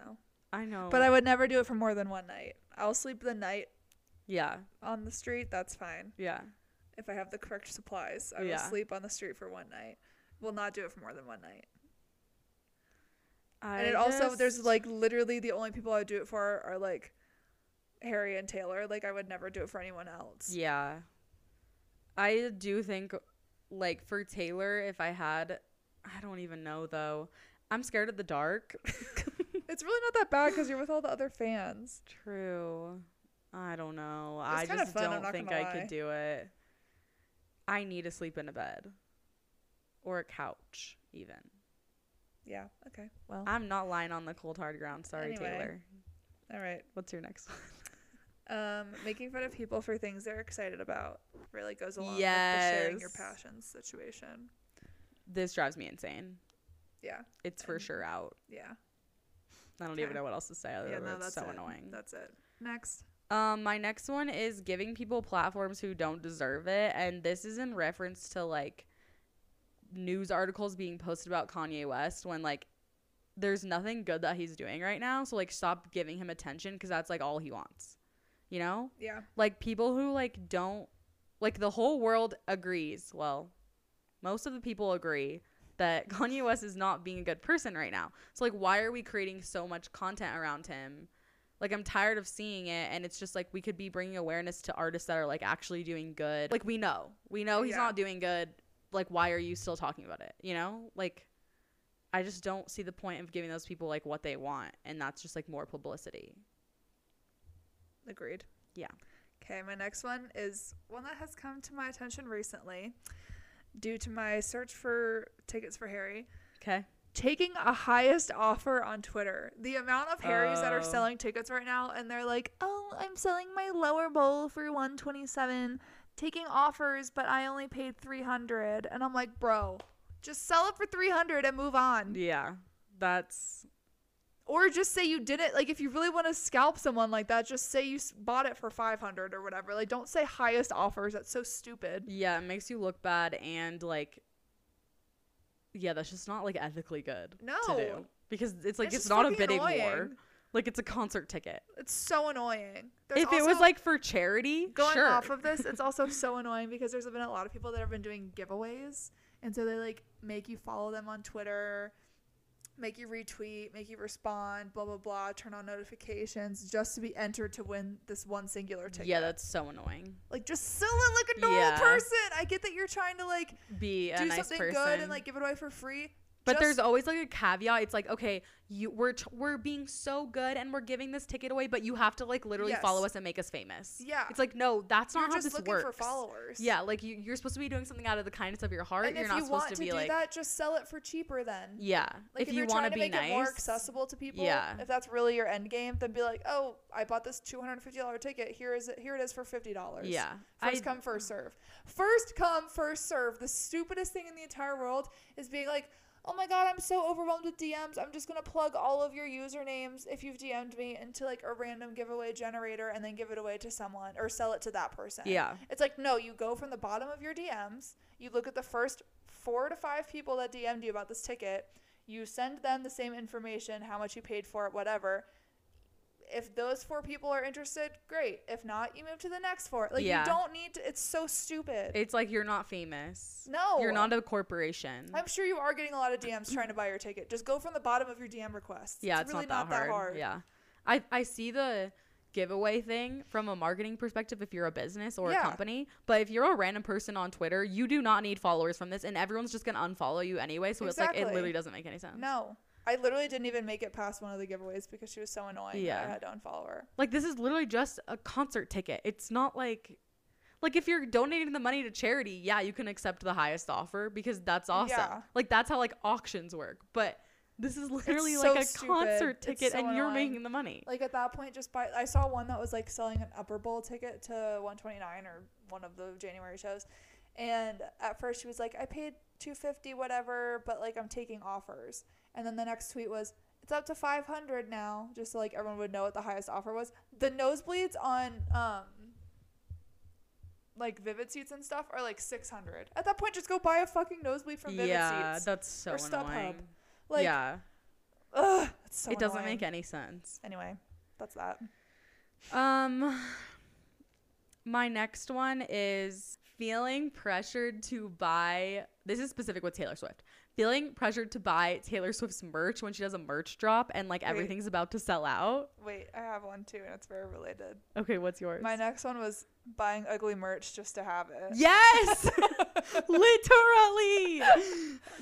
Speaker 2: I know.
Speaker 1: But I would never do it for more than one night. I'll sleep the night
Speaker 2: yeah,
Speaker 1: on the street. That's fine.
Speaker 2: yeah.
Speaker 1: If I have the correct supplies, I will
Speaker 2: Yeah.
Speaker 1: sleep on the street for one night. Will not do it for more than one night.
Speaker 2: I
Speaker 1: and it also there's
Speaker 2: just-
Speaker 1: like literally the only people I would do it for are like Harry and Taylor. Like I would never do it for anyone else.
Speaker 2: Yeah. I do think like for Taylor if I had I don't even know though. I'm scared of the dark.
Speaker 1: It's really not that bad because you're with all the other fans.
Speaker 2: True. I don't know.
Speaker 1: It's
Speaker 2: I
Speaker 1: kinda
Speaker 2: just
Speaker 1: fun, I'm
Speaker 2: don't
Speaker 1: not
Speaker 2: think I
Speaker 1: gonna lie.
Speaker 2: could do it. I need to sleep in a bed or a couch even.
Speaker 1: Yeah. Okay. Well.
Speaker 2: I'm not lying on the cold hard ground. Sorry,
Speaker 1: Anyway.
Speaker 2: Taylor.
Speaker 1: all right.
Speaker 2: What's your next one?
Speaker 1: Um, making fun of people for things they're excited about really goes along with the sharing your
Speaker 2: Yes.
Speaker 1: passions situation.
Speaker 2: This drives me insane.
Speaker 1: Yeah.
Speaker 2: It's for
Speaker 1: And-
Speaker 2: sure out.
Speaker 1: Yeah.
Speaker 2: I don't even
Speaker 1: Okay.
Speaker 2: know what else to say other
Speaker 1: yeah.
Speaker 2: than
Speaker 1: No,
Speaker 2: it's
Speaker 1: that's
Speaker 2: Oh, so
Speaker 1: it.
Speaker 2: annoying.
Speaker 1: That's it. Next.
Speaker 2: Um, my next one is giving people platforms who don't deserve it, and this is in reference to like news articles being posted about Kanye West when like there's nothing good that he's doing right now, so like stop giving him attention because that's like all he wants, you know?
Speaker 1: Yeah.
Speaker 2: Like people who like don't like the whole world agrees. Well, most of the people agree that Kanye West is not being a good person right now. So like why are we creating so much content around him? Like I'm tired of seeing it and it's just like we could be bringing awareness to artists that are like actually doing good. Like we know. We know he's
Speaker 1: Yeah.
Speaker 2: not doing good. Like why are you still talking about it? You know? Like I just don't see the point of giving those people like what they want and that's just like more publicity.
Speaker 1: Agreed.
Speaker 2: Yeah.
Speaker 1: Okay, my next one is one that has come to my attention recently due to my search for tickets for Harry.
Speaker 2: Okay.
Speaker 1: Taking a highest offer on Twitter. The amount of Harrys that are
Speaker 2: Oh.
Speaker 1: selling tickets right now and they're like, "Oh, I'm selling my lower bowl for 127, taking offers, but I only paid 300." And I'm like, "Bro, just sell it for 300 and move on."
Speaker 2: Yeah. That's
Speaker 1: or just say you did it like if you really want to scalp someone like that just say you s- bought it for 500 or whatever like don't say highest offers that's so stupid
Speaker 2: Yeah, it makes you look bad and like Yeah, that's just not like ethically good to do.
Speaker 1: No.
Speaker 2: Because it's like
Speaker 1: It's
Speaker 2: it's,
Speaker 1: just
Speaker 2: not a
Speaker 1: fucking
Speaker 2: bidding war.
Speaker 1: annoying.
Speaker 2: Like it's a concert ticket.
Speaker 1: it's so annoying There's
Speaker 2: if it was
Speaker 1: also-
Speaker 2: like for charity,
Speaker 1: going
Speaker 2: sure.
Speaker 1: off of this it's also so annoying because there's been a lot of people that have been doing giveaways and so they like make you follow them on twitter make you retweet make you respond blah blah blah turn on notifications just to be entered to win this one singular ticket
Speaker 2: yeah, that's so annoying.
Speaker 1: like just sell it like a normal
Speaker 2: Yeah.
Speaker 1: person i get that you're trying to like
Speaker 2: Be a
Speaker 1: do
Speaker 2: nice
Speaker 1: something
Speaker 2: person.
Speaker 1: good and like give it away for free.
Speaker 2: but
Speaker 1: just-
Speaker 2: there's always like a caveat. It's like, okay, you we're t- we're being so good and we're giving this ticket away, but you have to like literally
Speaker 1: Yes.
Speaker 2: follow us and make us famous.
Speaker 1: Yeah.
Speaker 2: It's like, no, that's
Speaker 1: you're
Speaker 2: not how
Speaker 1: just
Speaker 2: this
Speaker 1: looking
Speaker 2: works.
Speaker 1: for followers.
Speaker 2: Yeah, like you, you're supposed to be doing something out of the kindness of your heart.
Speaker 1: and
Speaker 2: you're
Speaker 1: if
Speaker 2: not
Speaker 1: you
Speaker 2: supposed
Speaker 1: want to,
Speaker 2: to be
Speaker 1: do
Speaker 2: like
Speaker 1: that, just sell it for cheaper then.
Speaker 2: Yeah.
Speaker 1: Like if,
Speaker 2: you
Speaker 1: you're
Speaker 2: want
Speaker 1: trying
Speaker 2: to
Speaker 1: to
Speaker 2: be
Speaker 1: make
Speaker 2: nice,
Speaker 1: it more accessible to people,
Speaker 2: Yeah.
Speaker 1: if that's really your end game, then be like, oh, I bought this two hundred fifty dollar ticket. Here is it. Here it is for fifty dollars.
Speaker 2: Yeah.
Speaker 1: First
Speaker 2: I-
Speaker 1: come, first serve. First come, first serve. The stupidest thing in the entire world is being like, oh my god, I'm so overwhelmed with DMs. I'm just gonna plug all of your usernames if you've DM'd me into like a random giveaway generator and then give it away to someone or sell it to that person.
Speaker 2: Yeah.
Speaker 1: It's like no, you go from the bottom of your DMs. You look at the first four to five people that DM'd you about this ticket. You send them the same information, how much you paid for it, whatever if those four people are interested, great. If not, you move to the next four. Like
Speaker 2: Yeah.
Speaker 1: you don't need to. It's so stupid.
Speaker 2: It's like you're not famous.
Speaker 1: no,
Speaker 2: You're not a corporation.
Speaker 1: I'm sure you are getting a lot of DMs trying to buy your ticket. Just go from the bottom of your DM requests.
Speaker 2: yeah,
Speaker 1: it's, really not, that hard.
Speaker 2: Yeah. I I see the giveaway thing from a marketing perspective if you're a business or
Speaker 1: Yeah.
Speaker 2: a company, but if you're a random person on Twitter, you do not need followers from this and everyone's just going to unfollow you anyway, so it's like it
Speaker 1: Exactly.
Speaker 2: literally doesn't make any sense.
Speaker 1: No, I literally didn't even make it past one of the giveaways because she was so annoying. Yeah, I
Speaker 2: Yeah.
Speaker 1: had to unfollow her.
Speaker 2: Like this is literally just a concert ticket. It's not like like if you're donating the money to charity, yeah, you can accept the highest offer because that's awesome.
Speaker 1: Yeah.
Speaker 2: Like that's how like auctions work. But This is literally
Speaker 1: so
Speaker 2: like a
Speaker 1: stupid.
Speaker 2: concert
Speaker 1: It's
Speaker 2: ticket,
Speaker 1: so
Speaker 2: and you're
Speaker 1: annoying.
Speaker 2: making the money.
Speaker 1: Like at that point, just buy. I saw one that was like selling an upper bowl ticket to 129 or one of the January shows, and at first she was like, "I paid 250, whatever, but like I'm taking offers." And then the next tweet was, "It's up to 500 now," just so like everyone would know what the highest offer was. The nosebleeds on um, like Vivid seats and stuff are like 600. At that point, just go buy a fucking nosebleed from Vivid
Speaker 2: yeah,
Speaker 1: seats.
Speaker 2: that's so
Speaker 1: or StubHub.
Speaker 2: annoying.
Speaker 1: Like,
Speaker 2: yeah,
Speaker 1: ugh, it's so
Speaker 2: it doesn't
Speaker 1: annoying.
Speaker 2: make any sense.
Speaker 1: Anyway, that's that.
Speaker 2: Um, my next one is feeling pressured to buy. This is specific with Taylor Swift. Feeling pressured to buy Taylor Swift's merch when she does a merch drop and like
Speaker 1: Wait.
Speaker 2: everything's about to sell out.
Speaker 1: Wait, I have one too, and it's very related.
Speaker 2: Okay, what's yours?
Speaker 1: My next one was buying ugly merch just to have it.
Speaker 2: Yes, literally.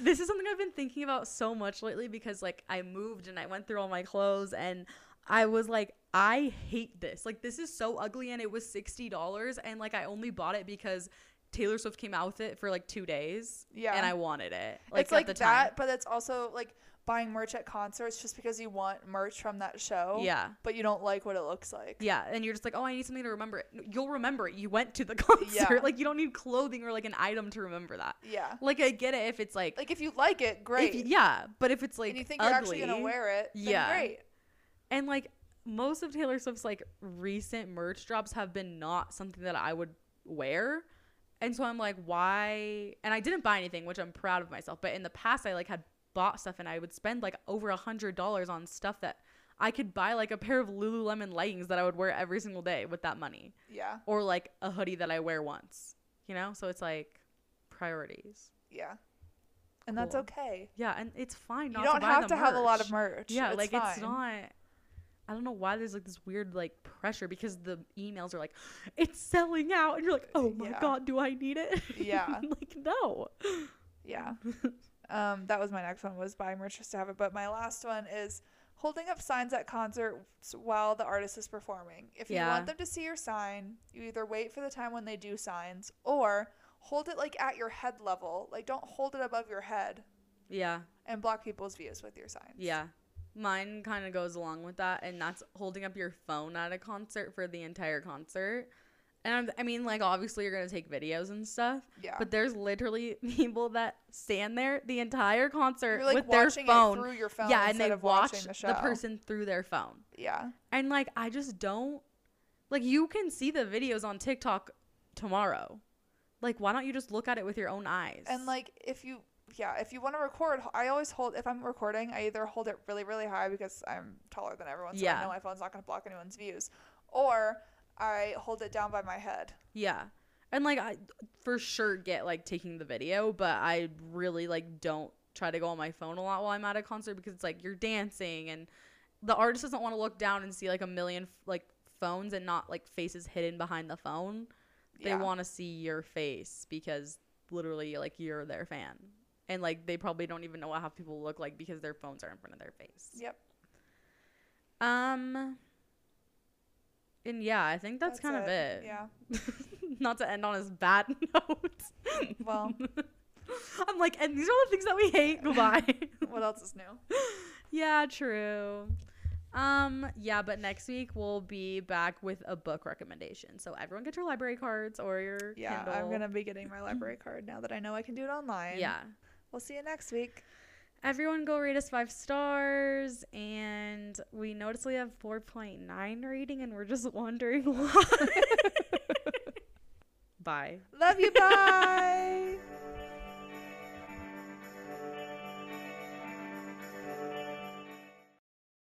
Speaker 2: This is something I've been thinking about so much lately because, like, I moved and I went through all my clothes and I was like, I hate this. Like, this is so ugly and it was $60. And, like, I only bought it because Taylor Swift came out with it for like two days
Speaker 1: Yeah.
Speaker 2: and I wanted it.
Speaker 1: it's like that, but it's also like buying merch at concerts just because you want merch from that show.
Speaker 2: Yeah.
Speaker 1: But you don't like what it looks like.
Speaker 2: Yeah, and you're just like, oh, I need something to remember it. No, You'll remember it. You went to the concert.
Speaker 1: Yeah.
Speaker 2: Like, you don't need clothing or like an item to remember that.
Speaker 1: Yeah.
Speaker 2: Like, I get it if it's like,
Speaker 1: Like if you like it,
Speaker 2: If-
Speaker 1: great.
Speaker 2: yeah, but if it's like
Speaker 1: and you think
Speaker 2: ugly,
Speaker 1: you're actually gonna wear it, then
Speaker 2: Yeah.
Speaker 1: great.
Speaker 2: and like most of Taylor Swift's like recent merch drops have been not something that I would wear. And so I'm like, why? And I didn't buy anything, which I'm proud of myself. But in the past, I like had bought stuff and I would spend like over a hundred dollars on stuff that I could buy like a pair of Lululemon leggings that I would wear every single day with that money,
Speaker 1: Yeah.
Speaker 2: or like a hoodie that I wear once, you know. So it's like priorities.
Speaker 1: Yeah. And that's
Speaker 2: Cool.
Speaker 1: okay.
Speaker 2: Yeah, and it's fine. Not
Speaker 1: you don't
Speaker 2: to buy
Speaker 1: have
Speaker 2: the
Speaker 1: to have a lot
Speaker 2: merch.
Speaker 1: of merch.
Speaker 2: Yeah,
Speaker 1: It's
Speaker 2: like it's
Speaker 1: fine.
Speaker 2: not. I don't know why there's like this weird like pressure because the emails are like, it's selling out, and you're like, oh my
Speaker 1: Yeah.
Speaker 2: god, do I need it?
Speaker 1: Yeah.
Speaker 2: like no.
Speaker 1: Yeah. Um, that was my next one was buying merch just to have it. But my last one is holding up signs at concerts while the artist is performing. If you
Speaker 2: Yeah.
Speaker 1: want them to see your sign, you either wait for the time when they do signs or hold it like at your head level. Like don't hold it above your head
Speaker 2: yeah.
Speaker 1: and block people's views with your signs.
Speaker 2: Yeah. Mine kind of goes along with that, and that's holding up your phone at a concert for the entire concert. And I mean, like, obviously, you're going to take videos and stuff,
Speaker 1: Yeah.
Speaker 2: but there's literally people that stand there the entire concert
Speaker 1: you're like
Speaker 2: with their
Speaker 1: watching
Speaker 2: phone.
Speaker 1: it through your phone
Speaker 2: yeah, and
Speaker 1: instead
Speaker 2: they
Speaker 1: of
Speaker 2: watch
Speaker 1: watching the show.
Speaker 2: the person through their phone.
Speaker 1: Yeah.
Speaker 2: And like I just don't like you can see the videos on TikTok tomorrow. Like why don't you just look at it with your own eyes?
Speaker 1: And like if you yeah, if you want to record, h- I always hold if I'm recording, I either hold it really really high because I'm taller than everyone, so I
Speaker 2: Yeah.
Speaker 1: know my phone's not going to block anyone's views, or I hold it down by my head.
Speaker 2: yeah. And like I for sure get like taking the video, but I really like don't try to go on my phone a lot while I'm at a concert because it's like you're dancing and the artist doesn't want to look down and see like a million like phones and not like faces hidden behind the phone. they
Speaker 1: yeah.
Speaker 2: want to see your face because literally like you're their fan and like they probably don't even know how people look like because their phones are in front of their face
Speaker 1: Yep.
Speaker 2: um and yeah i think that's, kind of it
Speaker 1: Yeah.
Speaker 2: not to end on this bad note
Speaker 1: Well.
Speaker 2: i'm like and these are all the things that we hate goodbye
Speaker 1: what else is new?
Speaker 2: yeah true um yeah but next week we'll be back with a book recommendation so everyone get your library cards or your
Speaker 1: Yeah,
Speaker 2: Kindle.
Speaker 1: I'm going to be getting my library card now that I know I can do it online.
Speaker 2: yeah
Speaker 1: We'll see you next week.
Speaker 2: everyone go rate us five stars and we notice we have 4.9 rating and we're just wondering why bye
Speaker 1: Love you. Bye.